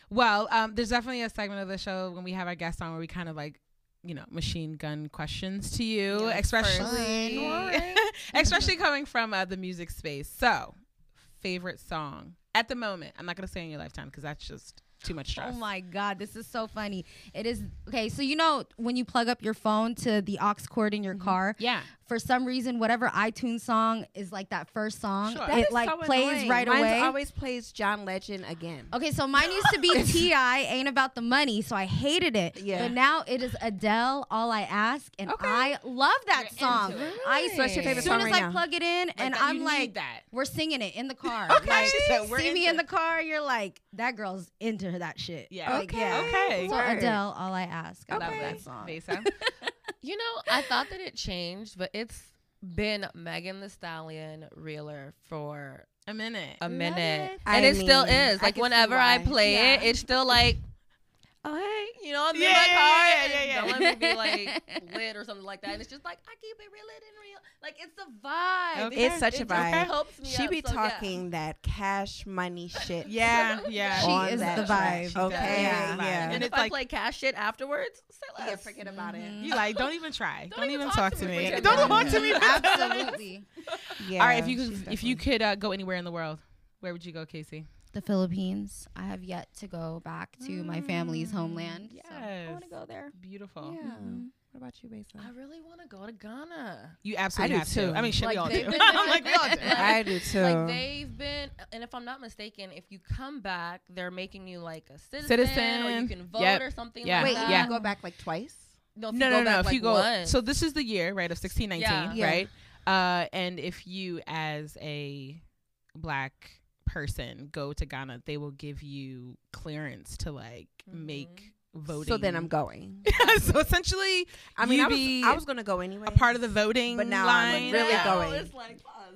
Well, um, there's definitely a segment of the show when we have our guests on where we kind of like, you know, machine gun questions to you,
Yeah, that's
especially, especially coming from uh, the music space. So, favorite song at the moment? I'm not gonna say in your lifetime because that's just too much stress.
Oh my god, this is so funny. It is okay. So you know when you plug up your phone to the aux cord in your car,
Yeah.
For some reason, whatever iTunes song is like that first song,
Sure. That
it like plays right
Mine's
away.
always plays John Legend again.
Okay, so mine used to be Ti, ain't about the money, so I hated it.
Yeah.
But now it is Adele, All I Ask, and I love that song. I
So what's your favorite
as
song
soon as
right
I
now?
plug it in, and
that-
I'm
you need
like,
that.
we're singing it in the car.
Okay.
Like,
So we're
see me
into
in the car, you're like, that girl's into that shit.
Yeah.
Like,
Okay.
yeah.
Okay.
So
Word.
Adele, All I Ask. I love
Okay.
that song.
Mesa?
You know, I thought that it changed, but it's been Megan the Stallion reeler for
a minute.
a minute,
it.
and
I
it still
mean,
is.
I can
Like
see
whenever I
why.
play it,
Yeah.
it's still like. Oh hey, you know I'm in
Yeah,
my
yeah,
car
yeah, yeah,
and
yeah,
don't let me be like lit or something like that. And it's just like I keep it real lit and real. Like it's the vibe.
Okay.
It's such a
it
vibe.
Just helps me
She
up,
be
so, yeah.
talking that cash money shit.
yeah, yeah.
She
on
is
that
the
track.
vibe.
She
does.
Okay,
Yeah.
yeah,
And
yeah.
And
it's
if
like-
I play cash shit afterwards, say less.
about
You like don't even try. Don't, even talk, to me.
for
Don't
ten
talk to me. for ten minutes.
Absolutely.
Yeah,
All right, if you
she's
could, if you
definitely-
could uh, go anywhere in the world, where would you go, Casey?
the Philippines. I have yet to go back to my family's homeland. so I want
Mm, yes.
to go there.
Beautiful.
Yeah. What about you, Mesa?
I really want to go to Ghana.
You absolutely
I do
have to.
too.
I mean, shit, we
Like,
all
they've
do.
been-
I'm like, we all do.
Like,
I do too.
Like they've been, and if I'm not mistaken, if you come back, they're making you like a citizen, or
Citizen.
you can vote
Yep.
or something
Yeah.
like
Wait,
that.
you
Yeah.
can go back like twice.
No, if
No,
you
no,
go
no.
back,
if
like,
you go,
once.
so this is the year, right, of 1619,
Yeah.
Yeah.
right? Uh, and if you, as a black person, go to Ghana, they will give you clearance to like
Mhm.
make voting.
So then I'm going.
so essentially,
I mean,
you
I was,
be
I was gonna go anyway.
a part of the voting
But now I'm
line.
really
Yeah.
going.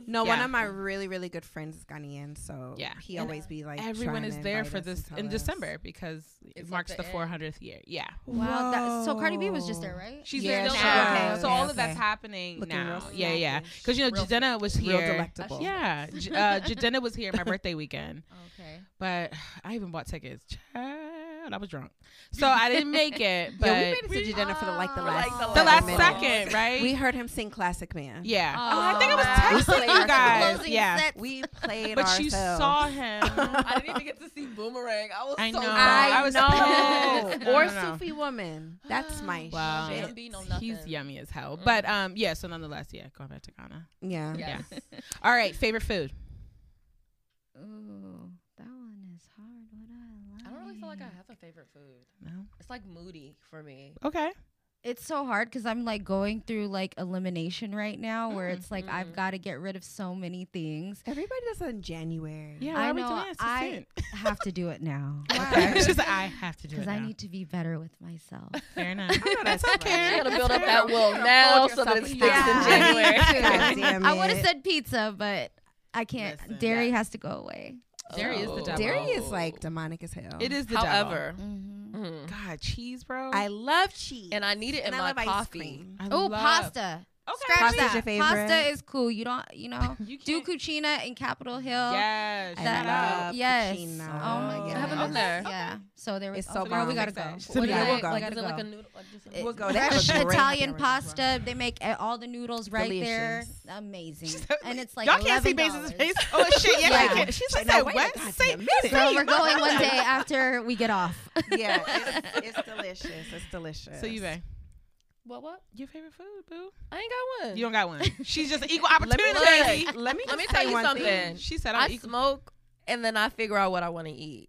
no, one
Yeah.
of my really really good friends is Ghanaian, so
Yeah.
he
And
always be like
Everyone
trying
is
to
there
invite
for
us and
this
tell
in
us.
December because it
It's at
marks
the
the
end.
400th year. Yeah.
Wow. That, so Cardi B was just there, right?
She's
Yeah,
there
she
now.
was.
So
Okay,
all of that's
okay.
happening
Looking
now.
real
Yeah, yeah.
snackish.
Because you know,
Real
Jadena was
Real
here.
delectable.
Yeah, J- uh, Jadena was here my birthday weekend,
Okay.
but I even bought tickets. Child, I was drunk, so I didn't make it. But
yeah, we made it to Jadena for the, like the
Oh,
last
like
the
the
seven
last
minutes.
second, right?
We heard him sing Classic Man.
yeah.
Oh,
oh, I think I was
wow.
We
texting
played
you
ourselves.
guys.
Closing
Yeah,
sets.
We played
but
ourselves.
you saw him.
I didn't even get to see Boomerang. I was
I
so
know.
bummed.
I was pissed. No,
or
no, no.
Sufi Woman. That's my
Wow.
shit.
Jambi, no nothing.
He's yummy as hell.
Mm.
But um, yeah. So nonetheless, yeah. Going back to Ghana.
Yeah.
Yes.
All right. Favorite food.
Ooh, that one is hard. What I like.
I don't really feel like I have a favorite food.
No.
It's like moody for me.
Okay.
It's so hard because I'm like going through like elimination right now,
Mm,
where it's like
mm-hmm.
I've got to get rid of so many things.
Everybody does that in January.
Yeah.
I
why are we
know,
doing it so
I-
soon?
have to do it now
Okay. She's like, I have to do it.
because I
now."
need to be better with myself.
Fair enough. That's
You
okay.
gotta build up that will now so that it sticks
Yeah.
in January.
God damn
I would have
it.
said pizza, but I can't.
Listen.
Dairy has to go away.
Dairy is the
Oh.
devil.
Dairy is like demonic as hell.
It is the
However,
Mm-hmm.
mhm.
devil. God, cheese, bro.
I love cheese.
and I need it in
And I
my
love ice
coffee.
cream.
I
Oh,
love-
pasta.
Okay.
Scratch
Pasta's
that.
your
Pasta
favorite?
is cool. You don't, you know,
You
do
can't-
Cucina in Capitol Hill.
Yes.
I
That,
shout out.
love
yes.
Cucina.
Oh my
Oh,
god.
I haven't
been there.
Yeah. So there was
It's so
oh, girl,
bomb.
we gotta go.
Next
What
time.
do you
Yeah,
do
we'll
like?
go.
Like,
Gotta
is it
go.
like a noodle? Like just
It-
We'll go. That was
Fresh
a great
Italian
idea right there.
pasta. They make uh, all the noodles right there.
Delicious.
Amazing.
She's
And it's like
Y'all can't see
$11.
Basil's face. Oh shit! Yeah,
Yeah.
you can. She's like
Now,
that
wait a
West
goddamn
St.
minute.
Girl, we're going one day after we get off.
Yeah, it's, it's delicious. It's delicious.
So you may.
What? What?
Your favorite food, boo?
I ain't got one.
You don't got one. She's just equal opportunity.
look.
baby.
Let me
Let me
just
tell you
one thing.
something.
She said I'm
I
equal.
smoke and then I figure out what I want to eat,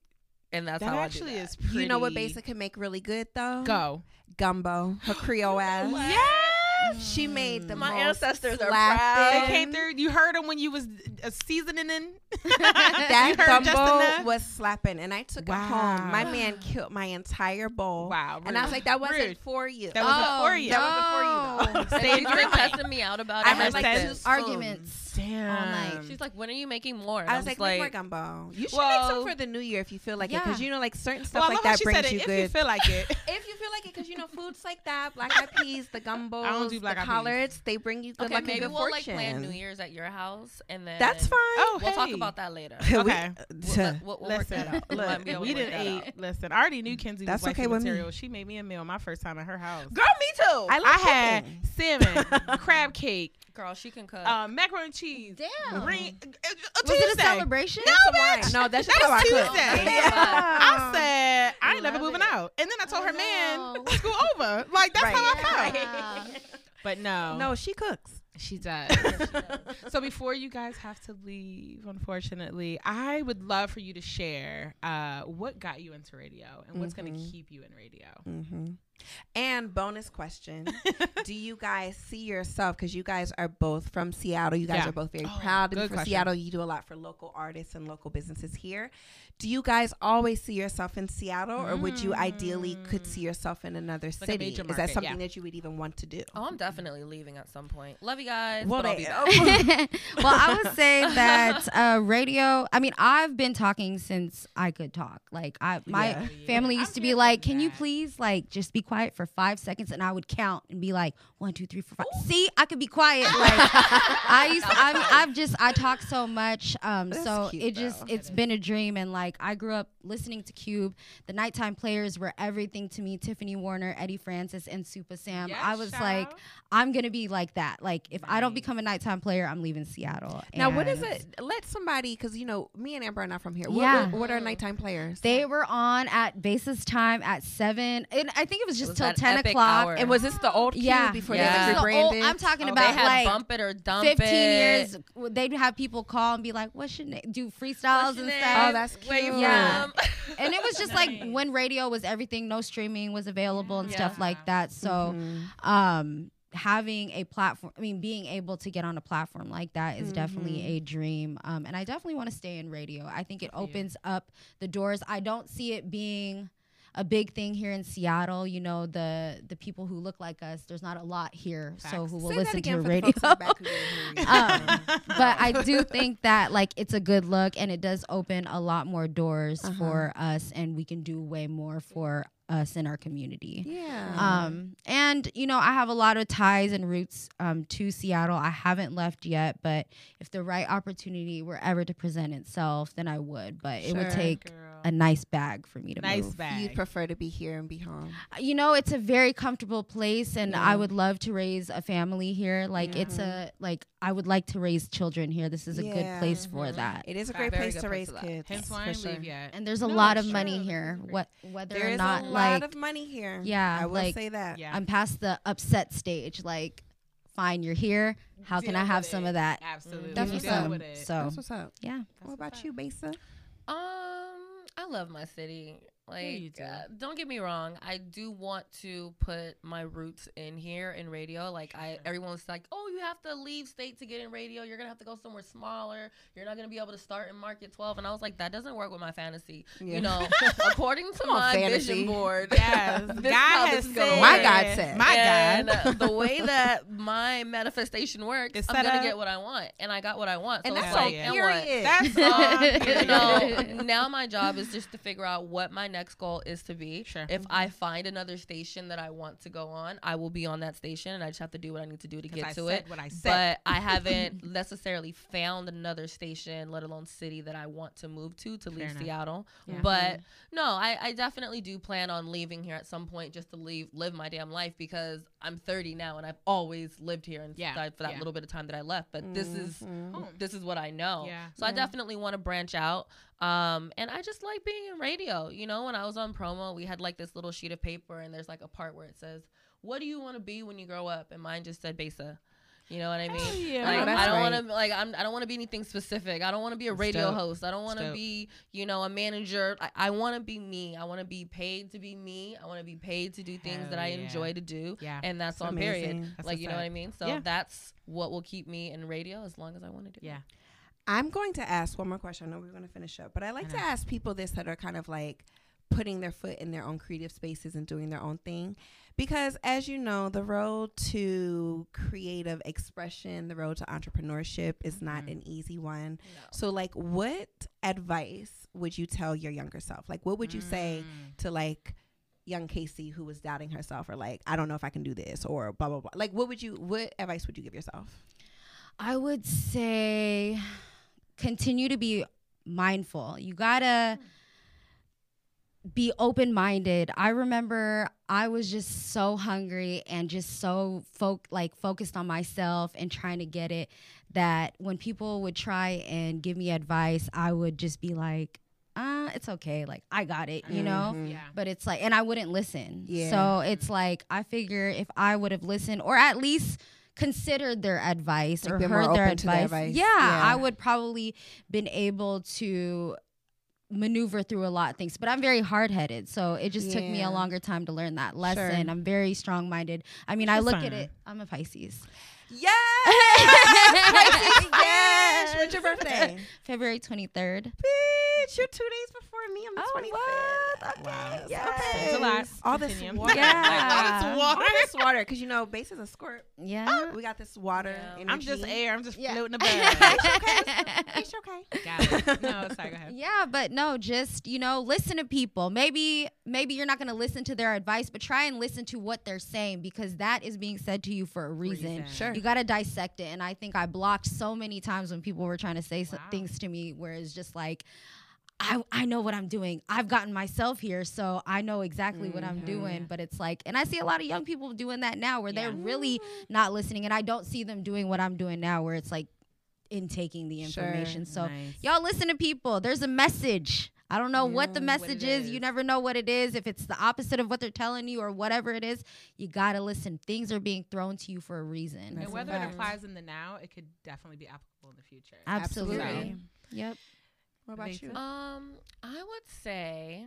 and that's
That
how
actually
I do that.
is pretty.
You know what Basic can make really good though?
Go.
Gumbo. Her Creole ass.
Yes.
She made the
My
most
ancestors are
slapping-
proud.
They came through. You heard them when you was uh, seasoning in.
That
You heard just
gumbo
enough?
was slapping, and I took it home. My
Wow.
man killed my entire bowl.
Wow.
and I was
rude.
like, "That wasn't
Rude.
for you.
That was
Oh,
before you.
that was
That was before you, though.
And
Stay in
she's
your
been
lane.
testing me out about it.
I
and
had like
said-
two
this.
spoons.
Arguments.
Damn.
night.
She's like, when are you making more? And
I was like, "Make more gumbo. You should make
Well-
some for the new year if you feel like it,
Yeah.
because you know, like certain
well,
stuff
I
like
love how
that
she
brings
said it.
you
if
good.
you feel like it.
if you feel like it, because you know, foods like that, black eyed peas, the gumbos,
I don't do black eyed
the
peas.
collards, they bring you good
okay,
luck
maybe
and good
we'll like
fortune.
plan New Year's at your house, and then
That's fine.
oh,
We'll talk
hey.
about that later.
We-
okay.
We'll, let- we'll, we'll work
Listen,
that out. We might
look,
be able to
we
work
didn't
that out.
eat. Listen, I already knew Kenzie
That's
was wifey
okay with me.
material. She made me a meal my first time at her house.
Girl, me too.
I,
I
like
had
cooking.
salmon, crab cake,
Girl, she can cook.
um, macaroni and cheese.
Damn.
green- uh, uh,
Was it a
Tuesday.
celebration?
No, bitch.
No, that's
That
just how
was
I cook.
Tuesday.
Yeah.
I said I ain't never
Love
moving
it.
out, and then I told
I
her, man,
know.
school over. Like that's
Right.
how I felt.
Wow.
Oh,
But no,
No, she cooks.
she does. so before you guys have to leave, unfortunately, I would love for you to share uh, what got you into radio and what's going to keep you in radio.
Mm-hmm. And bonus question: Do you guys see yourself? Because you guys are both from Seattle. You guys
Yeah.
are both very
Oh,
proud to be
good
from
question.
Seattle. You do a lot for local artists and local businesses here. Do you guys always see yourself in Seattle, or would you ideally could see yourself in another
a
city?
major
Is
market,
that
yeah.
something that you would even want to do?
oh, I'm definitely leaving at some point. Love you guys.
Well,
but I'll
they-
be back.
well, I would say that uh, radio. I mean, I've been talking since I could talk. Like, I my
Yeah.
family used
I'm
to be
here for
like, "Can you
that."
please like just be quiet for five seconds?" And I would count and be like, one, two, three, four, five. See, I could be quiet. Like, I used. I'm, I've just. I talk so much. Um,
That's
so
cute,
it just.
though.
It's been a dream, and like I grew up listening to Cube. The nighttime players were everything to me. Tiffany Warner, Eddie Francis, and Super Sam.
Yes,
I was
child.
like, I'm gonna be like that. Like if I don't become a nighttime player, I'm leaving Seattle.
Now, what is
And
it? Let somebody, because you know, me and Amber are not from here. What,
Yeah.
what, what are nighttime players?
They were on at basis time at seven, and I think it was just
was
till
that
ten
epic
o'clock.
hour.
It
and
was
was this the old cube
yeah,
before
Yeah.
they
This
like
is the old-
rebranded?
I'm talking
Oh,
about
they had
like.
bump it or dump
15
it.
years, they'd have people call and be like, "What's your name?" Do freestyles
What's your
and
name?
stuff.
Oh, that's
Where you
cute.
Yeah.
from?
and it was just like when radio was everything, no streaming was available
Mm-hmm.
and stuff
Yeah.
like that. So,
Mhm.
um having a platform i mean being able to get on a platform like that is definitely a dream um and i definitely want to stay in radio i think it opens up the doors i don't see it being a big thing here in Seattle. You know, the the people who look like us. There's not a lot here, so who will
Say that
listen
again
to
for
radio?
the folks in the back who didn't hear you.
um, but I do think that like it's a good look and it does open a lot more doors
Uh-huh.
for us and we can do way more for us in our community.
yeah.
Um, and you know, I have a lot of ties and roots um, to Seattle. I haven't left yet, but if the right opportunity were ever to present itself, then I would. But it would
Sure,
take
girl.
a nice bag for me to
nice
move.
you
bag.
prefer to be here and be home.
You know, it's a very comfortable place, and I would love to raise a family here. Like it's a like I would like to raise children here. This is a
Yeah.
good place for that.
It is a
Very
great place
good
to
place
raise
for that.
kids.
Hence why I
for
didn't
sure.
leave yet.
And there's a
No,
lot
it's
of money
true.
here. What whether
There
or
is
not
a
like
lot of money here.
Yeah,
I will
like-
say that.
Yeah.
I'm past the upset stage. Like, fine, you're here. How can I
Deal
have
with
some
it.
of that?
Absolutely.
Give me
Deal
some.
with it.
So,
That's what's up.
yeah.
What about you, Basa?
Um, I love my city. Like,
you do.
uh, don't get me wrong. I do want to put my roots in here in radio. Like, I everyone's like, oh, you have to leave state to get in radio. You're gonna have to go somewhere smaller. You're not gonna be able to start in market twelve. And I was like, that doesn't work with my fantasy.
Yeah.
You know, according to
on,
my
fantasy.
vision board.
Yes. God
is how
has
this is gonna
said.
work.
My God said.
My
and
God.
uh, the way that my manifestation works,
It's
I'm
set
gonna
up.
get what I want, and I got what I want. So
And
it's
that's
all
like, and what?
period.
That's all.
Um, you
period.
know, now my job is just to figure out what my next goal is to be.
Sure. Mm-hmm.
If I find another station that I want to go on, I will be on that station, and I just have to do what I need to do to
'Cause
get
I
to
said
it.
what I said.
But I haven't necessarily found another station, let alone city that I want to move to to leave
enough. Mm-hmm.
Seattle. But no, I, I definitely do plan on leaving here at some point just to leave live my damn life because I'm 30 now and I've always lived here and
Yeah,
died for that
yeah.
little bit of time that I left. But this is
Mm-hmm.
Home.
this is what I know.
Yeah.
So I definitely want to branch out. Um, and I just like being in radio. You know, when I was on promo, we had like this little sheet of paper, and there's like a part where it says, "What do you want to be when you grow up?" And mine just said Besa. You know what I mean?
yeah.
Like,
Oh, that's
I don't
right.
want to like I'm, I don't want to be anything specific. I don't want to be a
That's
radio
dope.
host. I don't want to
dope.
be you know a manager. I, I want to be me. I want to be paid to be me. I want to be paid to do things
Hell
that I
yeah.
enjoy to do.
Yeah.
and that's,
That's
on
amazing.
period.
That's
like
what's
you know what
up.
I mean? So
Yeah.
that's what will keep me in radio as long as I want to do. it.
Yeah.
I'm going to ask one more question. I know we're going to finish up, but I like to ask people this that are kind of like putting their foot in their own creative spaces and doing their own thing. Because as you know, the road to creative expression, the road to entrepreneurship is not an easy one. So, like, what advice would you tell your younger self? Like, what would you say
Mm.
to like, young Casey who was doubting herself or like I don't know if I can do this or blah blah blah like what would you what advice would you give yourself
I would say continue to be mindful. You gotta be open minded. I remember I was just so hungry and just so fo- like focused on myself and trying to get it that when people would try and give me advice, I would just be like, uh, it's okay. Like I got it, you know?
Yeah.
but it's like and i wouldn't listen
Yeah.
so it's like i figure if i would have listened or at least considered their advice
Like,
or
been more
heard their
open to their
advice,
advice.
Yeah,
Yeah.
i would probably been able to maneuver through a lot of things but i'm very hard-headed so it just took me
Yeah.
a longer time to learn that lesson i'm very strong-minded i mean i
You're
look
fine.
at it i'm a pisces
yes yes when's your birthday
february 23rd
bitch, you're two days before me. I'm the
Oh,
25th. Okay.
Wow.
Yes.
It's a lot.
All this
Continue.
water.
Yeah.
All this
All
water. Uh-huh.
this water. Because, you know, base is a squirt. Ah,
yeah
We got this water.
Yeah.
I'm just
energy.
air. I'm just
Yeah.
floating above.
It's okay.
Got it. No, sorry. Go ahead.
Yeah, but no, just you know, listen to people. Maybe maybe you're not going to listen to their advice, but try and listen to what they're saying because that is being said to you for a reason.
Reason.
Sure.
You got to dissect it, and I think I blocked so many times when people were trying to say so-
Wow.
things to me where it's just like I, I know what I'm doing. I've gotten myself here, so I know exactly what
Mm-hmm.
I'm doing. But it's like, and I see a lot of young people doing that now where they're
Yeah.
really not listening, and I don't see them doing what I'm doing now where it's like intaking the
Sure.
information. So
Nice.
y'all listen to people. There's a message. I don't know what the
Yeah, what
message
it
is.
is.
You never know what it is. If it's the opposite of what they're telling you or whatever it is, you got to listen. Things are being thrown to you for a reason.
That's
And whether
fact.
it applies in the now, it could definitely be applicable in the future.
Absolutely.
Absolutely.
Yep.
What about you?
Um, I would say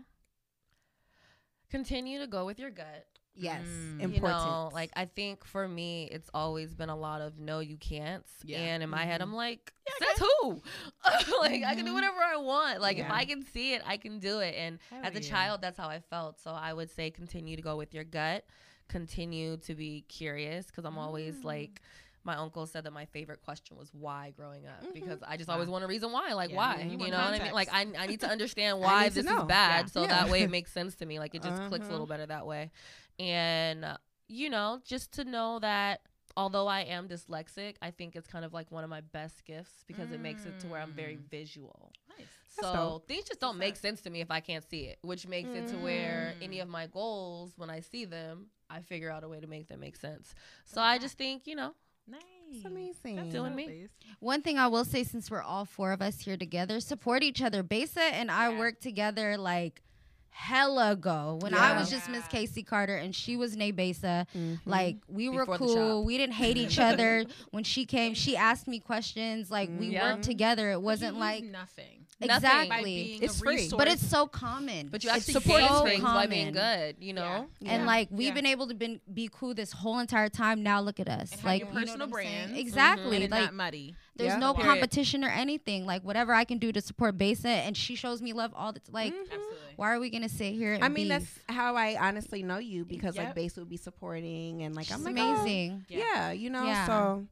continue to go with your gut.
Yes.
Mm.
you
Important.
know like i think for me it's always been a lot of no you can't
Yeah. Mm-hmm.
and in my head i'm like says who like i can do whatever i want like if
Yeah.
i can see it i can do it and
Hell
as a
yeah.
child that's how i felt so i would say continue to go with your gut continue to be curious because i'm always like my uncle said that my favorite question was why growing up because I just always want a reason why, like
Yeah.
why,
You
you,
want
know what I mean? Like I, I need to understand why
need to
this is
know.
bad,
Yeah.
so
Yeah.
that way it makes sense to me. Like it just clicks a
Uh-huh.
little better that way, and uh, you know, just to know that although I am dyslexic, I think it's kind of like one of my best gifts because it makes it to where I'm very visual.
That's
So
dope.
things just don't make sense to me if I can't see it, which makes it to where any
Mm.
of my goals, when I see them, I figure out a way to make them make sense. So I just think, you know,
Nice.
It's amazing.
That's
doing
dope,
me.
Lace.
One thing I will say, since we're all four of us here together, support each other. Besa and I worked together like hella ago when I
Yeah.
was just Miss Casey Carter and she was Nay Besa.
Mm-hmm.
Like we were
Before the
cool.
shop.
We didn't hate each other. When she came, she asked me questions. Like we
Mm-hmm.
Yeah.
worked together. It wasn't
You lose
like
nothing.
nothing.
exactly.
By being
It's
a
free.
resource.
but it's so common.
But you
It's
actually
so
gain things by
common.
being good, you know?
And like we've
Yeah.
been able to been, be cool this whole entire time. Now look at us,
And have
like
your
you know what
personal
I'm saying?
brand.
Exactly,
Mm-hmm.
and it's
like
not muddy.
there's
Yeah.
no
Period.
competition or anything. Like whatever I can do to support Besa, and she shows me love all the t- like.
Absolutely.
Why are we gonna sit here? And
I mean,
beef?
that's how I honestly know you because
Yep.
like base would be supporting and like
She's
I'm like, oh,
amazing.
yeah. you know.
Yeah.
So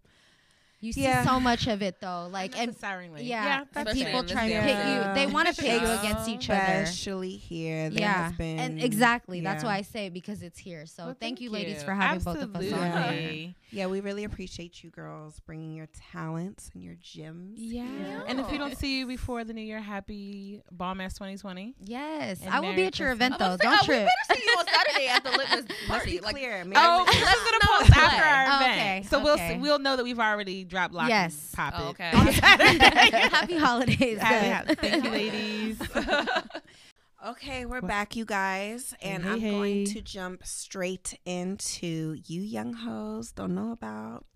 You see
Yeah.
so much of it though, like and
Unnecessarily.
yeah,
that's
people
it.
try to
Yeah.
pit you. They want to pit you
Yeah.
against each other.
especially here, there
Yeah,
has been
and exactly that's
yeah.
why I say it, because it's here. So
Well,
thank, you, ladies, for having
Absolutely.
both of us on here.
Yeah, we really appreciate you girls bringing your talents and your gems.
Yeah. And if you don't see you before the new year, happy bomb ass 2020.
Yes,
And
I will be
Merry
at your
Christmas.
event
I
though.
was gonna
Don't
say, oh,
trip.
We better see you on Saturday at the litmus
Let's
party.
be
Like,
clear. maybe-
Oh, listen to the post after our
Oh,
event.
okay,
So we'll
okay.
s- we'll know that we've already dropped lock
Yes.
and pop it.
Oh, okay.
on Saturday.
Happy holidays. uh,
Happy ho- Thank you, ladies.
Okay, we're back, you guys, and
hey,
I'm
hey.
going to jump straight into you young hoes don't know about.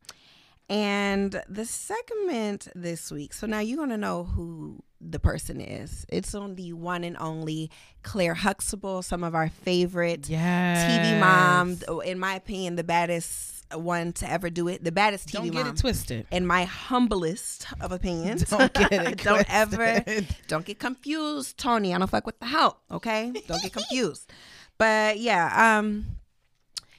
And the segment this week. So now you're gonna know who the person is. It's on the one and only Claire Huxtable, some of our favorite
yeah.
TV mom, th- oh, in my opinion, the baddest one to ever do it. The baddest TV
Don't
mom
get it twisted.
in my humblest of opinions.
Don't get it
don't ever
twisted.
don't get confused, Tony. I don't fuck with the help, okay? Don't get confused. But yeah, um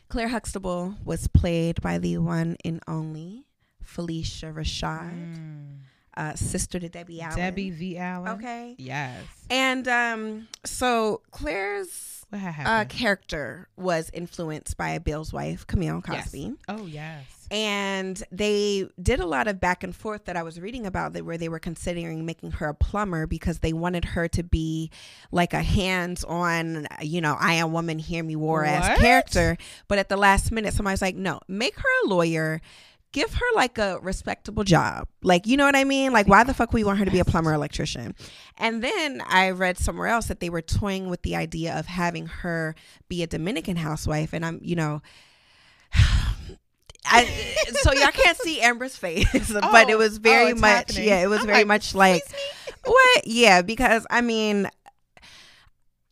Claire Huxtable was played by the one and only Felicia Rashad, uh, sister to Debbie Allen.
Mm. Debbie V. Allen.
Okay.
Yes.
And um so Claire's
What had
uh,
happened?
character was influenced by Bill's wife, Camille Cosby
oh yes.
and they did a lot of back and forth that I was reading about that where they were considering making her a plumber because they wanted her to be like a hands-on, you know, I am woman, hear me war
What?
ass character. But at the last minute, somebody's like, no, make her a lawyer. Give her like a respectable job. Like, you know what I mean? Like, why the fuck we want her to be a plumber or electrician? And then I read somewhere else that they were toying with the idea of having her be a Dominican housewife. And I'm, you know, I, so y'all can't see Amber's face, but it was very
oh, it's
much,
happening.
yeah, it was
I'm
very
like,
much like, what? Yeah, because I mean,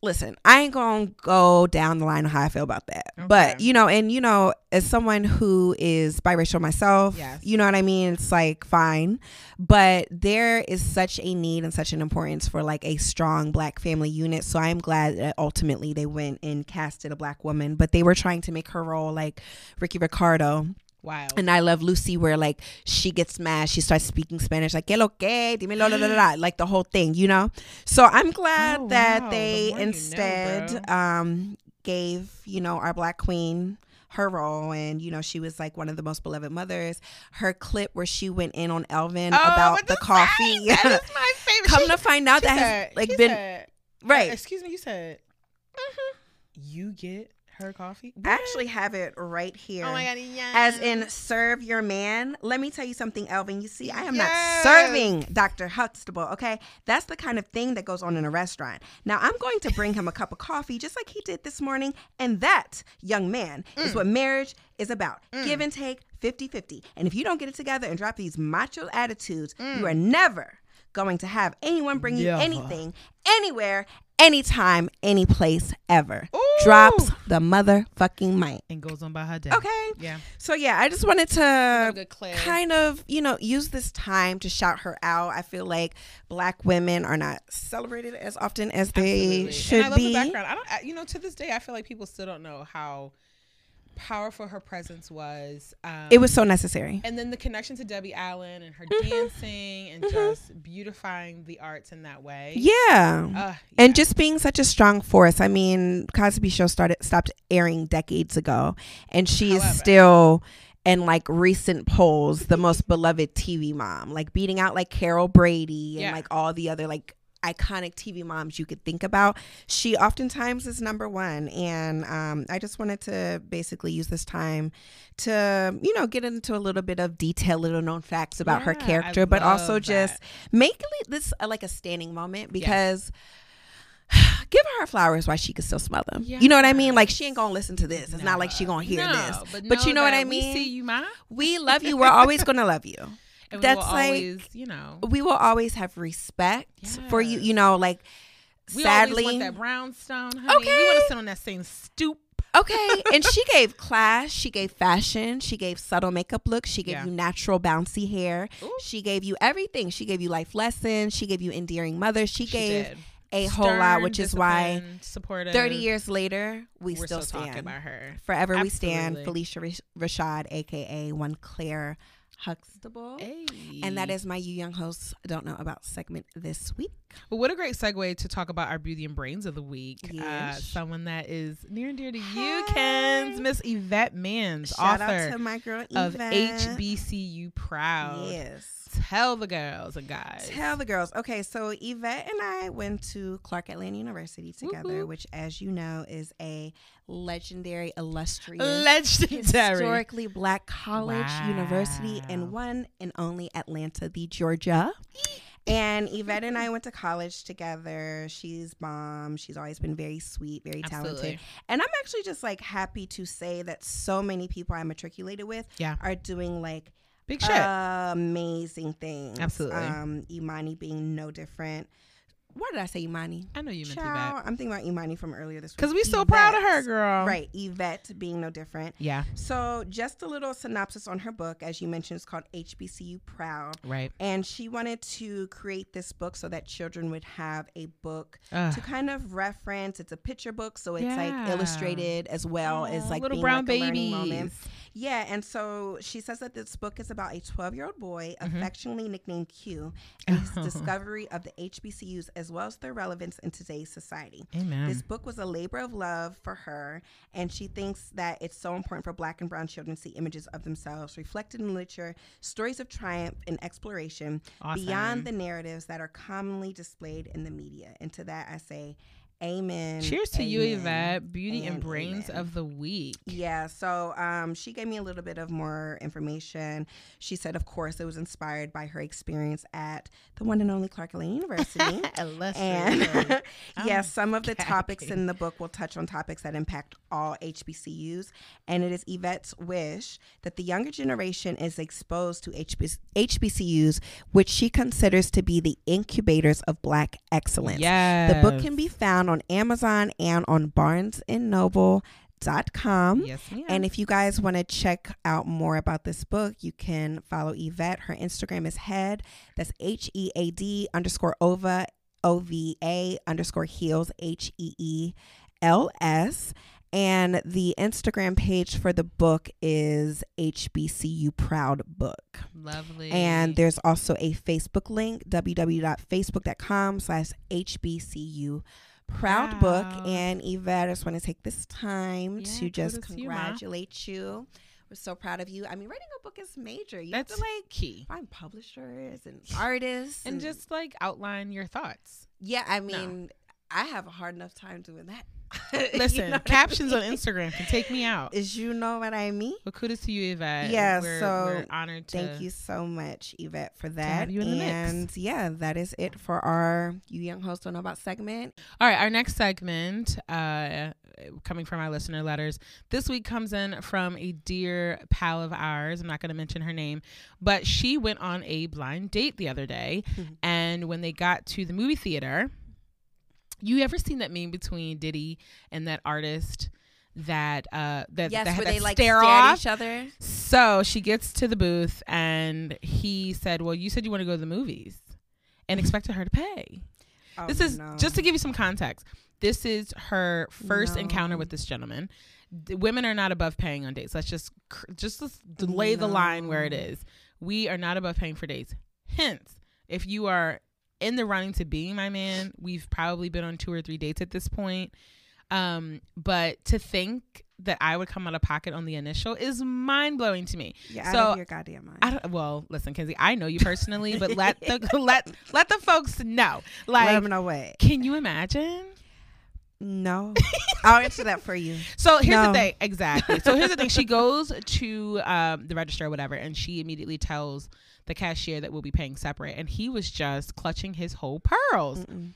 listen, I ain't gonna go down the line of how I feel about that, but
Okay.
you know, and you know, as someone who is biracial myself,
Yes.
you know what I mean. It's like fine, but there is such a need and such an importance for like a strong black family unit. So I'm glad that ultimately they went and casted a black woman, but they were trying to make her role like Ricky Ricardo.
Wow.
And I love Lucy, where like she gets mad, she starts speaking Spanish, like "que lo que, dime lo, la, la, la, la," like the whole thing, you know. So I'm glad
Oh,
that
wow. The
they
more you know,
instead
bro.
um, gave you know our black queen her role, and you know she was like one of the most beloved mothers. Her clip where she went in on Elvin
Oh,
about
what
the
to say?
coffee.
That is my favorite.
Come
She-
to find out
she
that
said-
has like
she
been Mm-hmm.
said-
right.
Excuse me. You said you get her coffee.
I actually have it right here.
Oh my god. Yes.
as in serve your man. Let me tell you something, Elvin. You see, I am
Yes.
not serving Dr. Huxtable, okay? That's the kind of thing that goes on in a restaurant. Now, I'm going to bring him a cup of coffee just like he did this morning. And that, young man,
Mm.
is what marriage is about give and take 50 50. And if you don't get it together and drop these macho
Mm.
attitudes, you are never going to have anyone bring you
Never.
anything, anywhere, anytime, any place, ever. Drops the motherfucking mic.
and goes on by her day.
Okay.
Yeah.
So yeah, I just wanted
Have a
to
good Claire.
kind of, you know, use this time to shout her out. I feel like black women are not celebrated as often as they
Absolutely.
should
and I love
be.
The background. I don't. I, you know, to this day, I feel like people still don't know how powerful her presence was. Um,
It was so Mm-hmm. necessary.
and then the connection to Debbie Allen and her dancing and just beautifying the arts in that way.
Mm-hmm. Yeah.
Uh,
And just being such a strong force. I mean, Cosby Show started stopped airing decades ago, and she
However.
is still, in like recent polls, the most beloved TV mom, like beating out like Carol Brady and
Yeah.
like all the other like iconic TV moms you could think about. She oftentimes is number one, and um, I just wanted to basically use this time to you know get into a little bit of detail, little known facts about her
Yeah, I
character, but
love
also
that.
just make li- this uh, like a standing moment because give her her flowers while she can still smell them. You know what I mean? Like she ain't gonna listen to this. It's not like she gonna hear
No,
this. But,
but,
you know what
that
I mean?
We see you, ma.
We love you. We're always gonna love you.
And
That's
we will
like-
always, you know,
We will always have respect for you. You know, like
we
sadly.
always want that brownstone, honey. We want
Okay.
to sit on that same stoop.
okay. And she gave class. She gave fashion. She gave subtle makeup looks. She gave
Yeah.
you natural bouncy hair.
Ooh.
She gave you everything. She gave you life lessons. She gave you endearing mother. She, gave
did.
a whole lot,
Stern,
which is why
disciplined, supportive.
30 years later, we
we're
still,
still
stand.
talking about her.
Forever we stand.
Absolutely.
Felicia Rash- Rashad, aka One Claire Huxtable. And that is my You Young Hosts Don't Know About segment this week.
Well, what a great segue to talk about our beauty and brains of the week. Uh,
Yes.
someone that is near and dear to you,
Hey.
Kens, Miss Yvette Mans,
Shout out to
author
my girl
of
Eva.
HBCU Proud.
Yes.
Tell the girls and guys.
Tell the girls. Okay, so Yvette and I went to Clark Atlanta University together,
Woo-hoo.
which, as you know, is a legendary, illustrious,
Oh, Legendary.
historically black college, university,
Wow.
and one and only Atlanta, the Georgia. And Yvette and I went to college together. She's mom. She's always been very sweet, very talented.
Absolutely.
And I'm actually just like happy to say that so many people I matriculated with
Yeah.
are doing like
Big
uh,
shit.
amazing things.
Absolutely.
Um, Imani being no different. Why did I say Imani?
I know you meant
Child,
Yvette.
I'm thinking about Imani from earlier this week.
Because we so proud of her,
Yvette.
girl.
Right, Yvette being no different.
Yeah.
So, just a little synopsis on her book, as you mentioned, it's called HBCU Proud.
Right.
And she wanted to create this book so that children would have a book
Ugh.
to kind of reference. It's a picture book, so it's
Ah. Yeah.
like illustrated as well as
Aw,
like
little
being
brown
like a
babies.
learning moment. Yeah, and so she says that this book is about a 12 year old boy,
Mm-hmm.
affectionately nicknamed Q, and his discovery of the HBCUs as well as their relevance in today's society.
Amen.
This book was a labor of love for her, and she thinks that it's so important for black and brown children to see images of themselves reflected in literature, stories of triumph and exploration
Awesome.
beyond the narratives that are commonly displayed in the media. And to that, I say, Amen.
Cheers to you,
amen,
Yvette. Beauty and,
and
brains
amen.
of the week.
Yeah, so um, she gave me a little bit of more information. She said, of course, it was inspired by her experience at the one and only Clark Atlanta University. and
Oh,
yes,
Ah.
some of the topics in the book will touch on topics that impact all HBCUs. And it is Yvette's wish that the younger generation is exposed to HB- HBCUs, which she considers to be the incubators of Black excellence.
Yes.
The book can be found on Amazon and on barnesandnoble.com.
Yes, ma'am.
And if you guys want to check out more about this book, you can follow Yvette. Her Instagram is head. That's H E A D underscore OVA, O V A underscore heels, H E E L S. And the Instagram page for the book is HBCU Proud Book.
Lovely.
And there's also a Facebook link, www.facebook.com slash HBCU Proud Book.
Proud.
And Yvette, I just want to take this time
Yeah,
to just
kudos to you, Ma.
congratulate you, We're so proud of you. I mean, writing a book is major. You
that's
have to like
key.
find publishers and artists.
And just like outline your thouts.
yeah, I mean, I have a hard enough time doing that. You
Listen,
know what I
captions on
mean?
Instagram can take me out.
Is you know what I mean?
But kudos to you, Yvette.
Yeah,
we're,
so
we're honored to
Thank you so much, Yvette, for
have
that.
you in the mix.
and yeah, that is it for our You Young Host Don't Know About segment.
All right, our next segment, uh, coming from our listener letters, this week comes in from a dear pal of ours. I'm not going to mention her name, but she went on a blind date the other day, and when they got to the movie theater, You ever seen that meme between Diddy and that artist that uh that that had that stare off?
other?
So she gets to the booth and he said, "Well, you said you want to go to the movies and expected her to pay."
Oh,
this is just to give you some context. This is her first
No.
encounter with this gentleman. D- women are not above paying on dates. Let's just cr- just let's delay the line where it
No.
is. We are not above paying for dates. Hence, if you are in the running to being my man, we've probably been on two or three dates at this point. Um, but to think that I would come out of pocket on the initial is mind blowing to me.
yeah,
so
out of your goddamn mind.
I don't, well, listen, Kenzie, I know you personally, but let the let let the folks know.
Let
Like,
'em know what.
can you imagine?
No, I'll answer that for you.
So here's the
No.
thing, exactly. So here's the thing. She goes to um, the register or whatever, and she immediately tells the cashier that we'll be paying separate, and he was just clutching his whole pearls.
Mm-mm,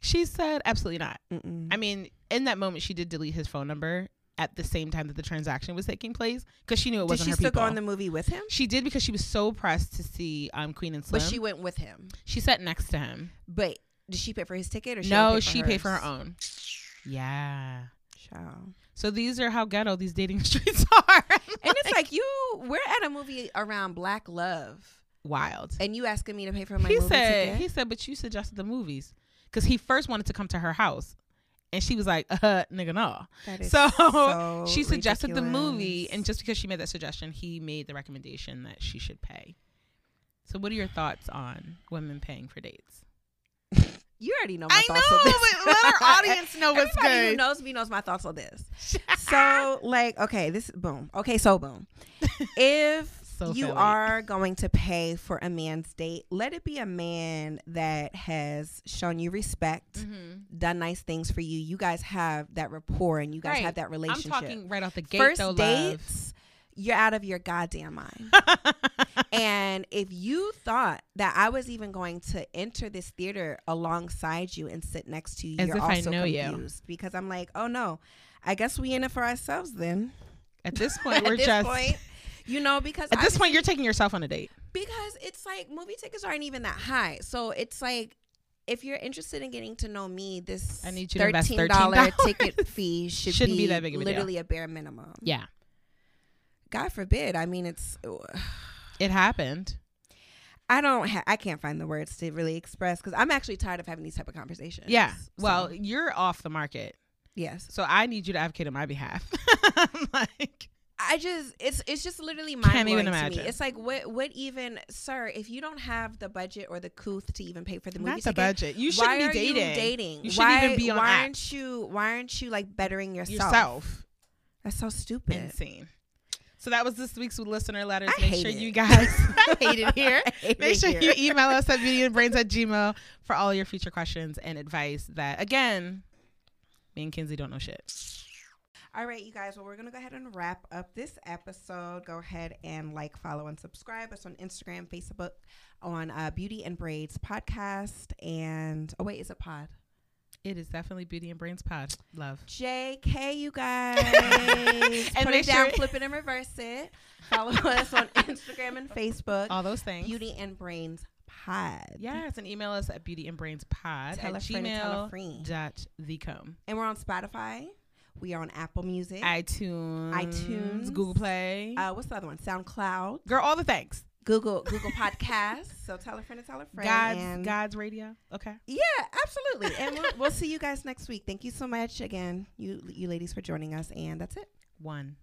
She said, "Absolutely not."
mm-mm.
I mean, in that moment, she did delete his phone number at the same time that the transaction was taking place because she knew it
Did
wasn't
she
her
still
people.
go in the movie with him?
she did because she was so pressed to see um, Queen and Slim.
But she went with him.
she sat next to him.
But did she pay for his ticket or she
No,
paid
she paid for her
hers?
own. Yeah.
Child.
So these are how ghetto these dating streets are.
And it's like you, we're at a movie around black love,
wild.
and you asking me to pay for my
he
movie
said
ticket.
he said but you suggested the movies because he first wanted to come to her house and she was like uh nigga no
That is
so,
so
she suggested the movie
ridiculous.
and just because she made that suggestion he made the recommendation that she should pay so what are your thoughts on women paying for dates
you already know my thoughts on this.
know
Everybody who knows me knows my thoughts on this. so like, okay, this boom. Okay, so boom. If
So
you
Philly.
are going to pay for a man's date, let it be a man that has shown you respect,
Mm-hmm.
done nice things for you. You guys have that rapport and you guys
Right.
have that
i'm
relationship.
talking right out the gate
First
though love
dates, you're out of your goddamn mind. and if you thought that I was even going to enter this theater alongside you and sit next to you,
As
you're
if I
also
know you.
confused because I'm like, oh no, I guess we in it for ourselves then.
at this point we're
at this
just
point, you know, because
at this
obviously-
point you're taking yourself on a date
because it's like movie tickets aren't even that high, so it's like. If you're interested in getting to know me, this
I need you to invest $13.
thirteen dollar ticket fee should
Shouldn't
be,
be that big of a deal.
literally a bare minimum.
yeah
God forbid. I mean, it's
it happened
I don't ha- I can't find the words to really express because I'm actually tired of having these type of conversations.
yeah
So,
well you're off the market
yes,
So I need you to advocate on my behalf. I'm like,
I just it's it's just literally mind
Can't even
blowing to me.
imagine.
It's like what what even, sir, if you movie ticket, why are you have the budget or the couth to even pay for the movie
not the budget. You
why
shouldn't be
are you
dating.
dating?
You shouldn't
why,
even be on
Why
apps.
aren't you? Why aren't you like bettering yourself?
yourself.
That's so stupid.
Insane. So that was this week's listener letters.
I
Make
hate
sure
it.
you guys I hate it here.
I hate
Make
it
sure
here.
you email us at beautyandbrains at gmail for all your future questions and advice that again, me and Kinsey don't know shit.
All right, you guys. Well, we're going to go ahead and wrap up this episode. Go ahead and like, follow, and subscribe us on Instagram, Facebook, on uh, Beauty and Braids podcast. And oh, wait, is it pod?
It is definitely Beauty and Brains Pod. Love.
JK, you guys. and Put
make
it down,
sure-
flip it, and reverse it. Follow us on Instagram and Facebook,
All those things.
Beauty and Brains pod.
Yes, and email us at beautyandbrainspod
Tell
at
a friend and tell a
gmail
friend.
dot thecomb.
And we're on Spotify. We are on Apple Music.
iTunes,
iTunes.
Google Play,
uh, what's the other one? SoundCloud,
girl, all the thanks.
Google, Google Podcasts. So tell a friend and tell a friend.
God's
and-
God's radio. Okay.
Yeah, absolutely. And we'll, we'll see you guys next week. Thank you so much again, you you ladies, for joining us. And that's it.
One.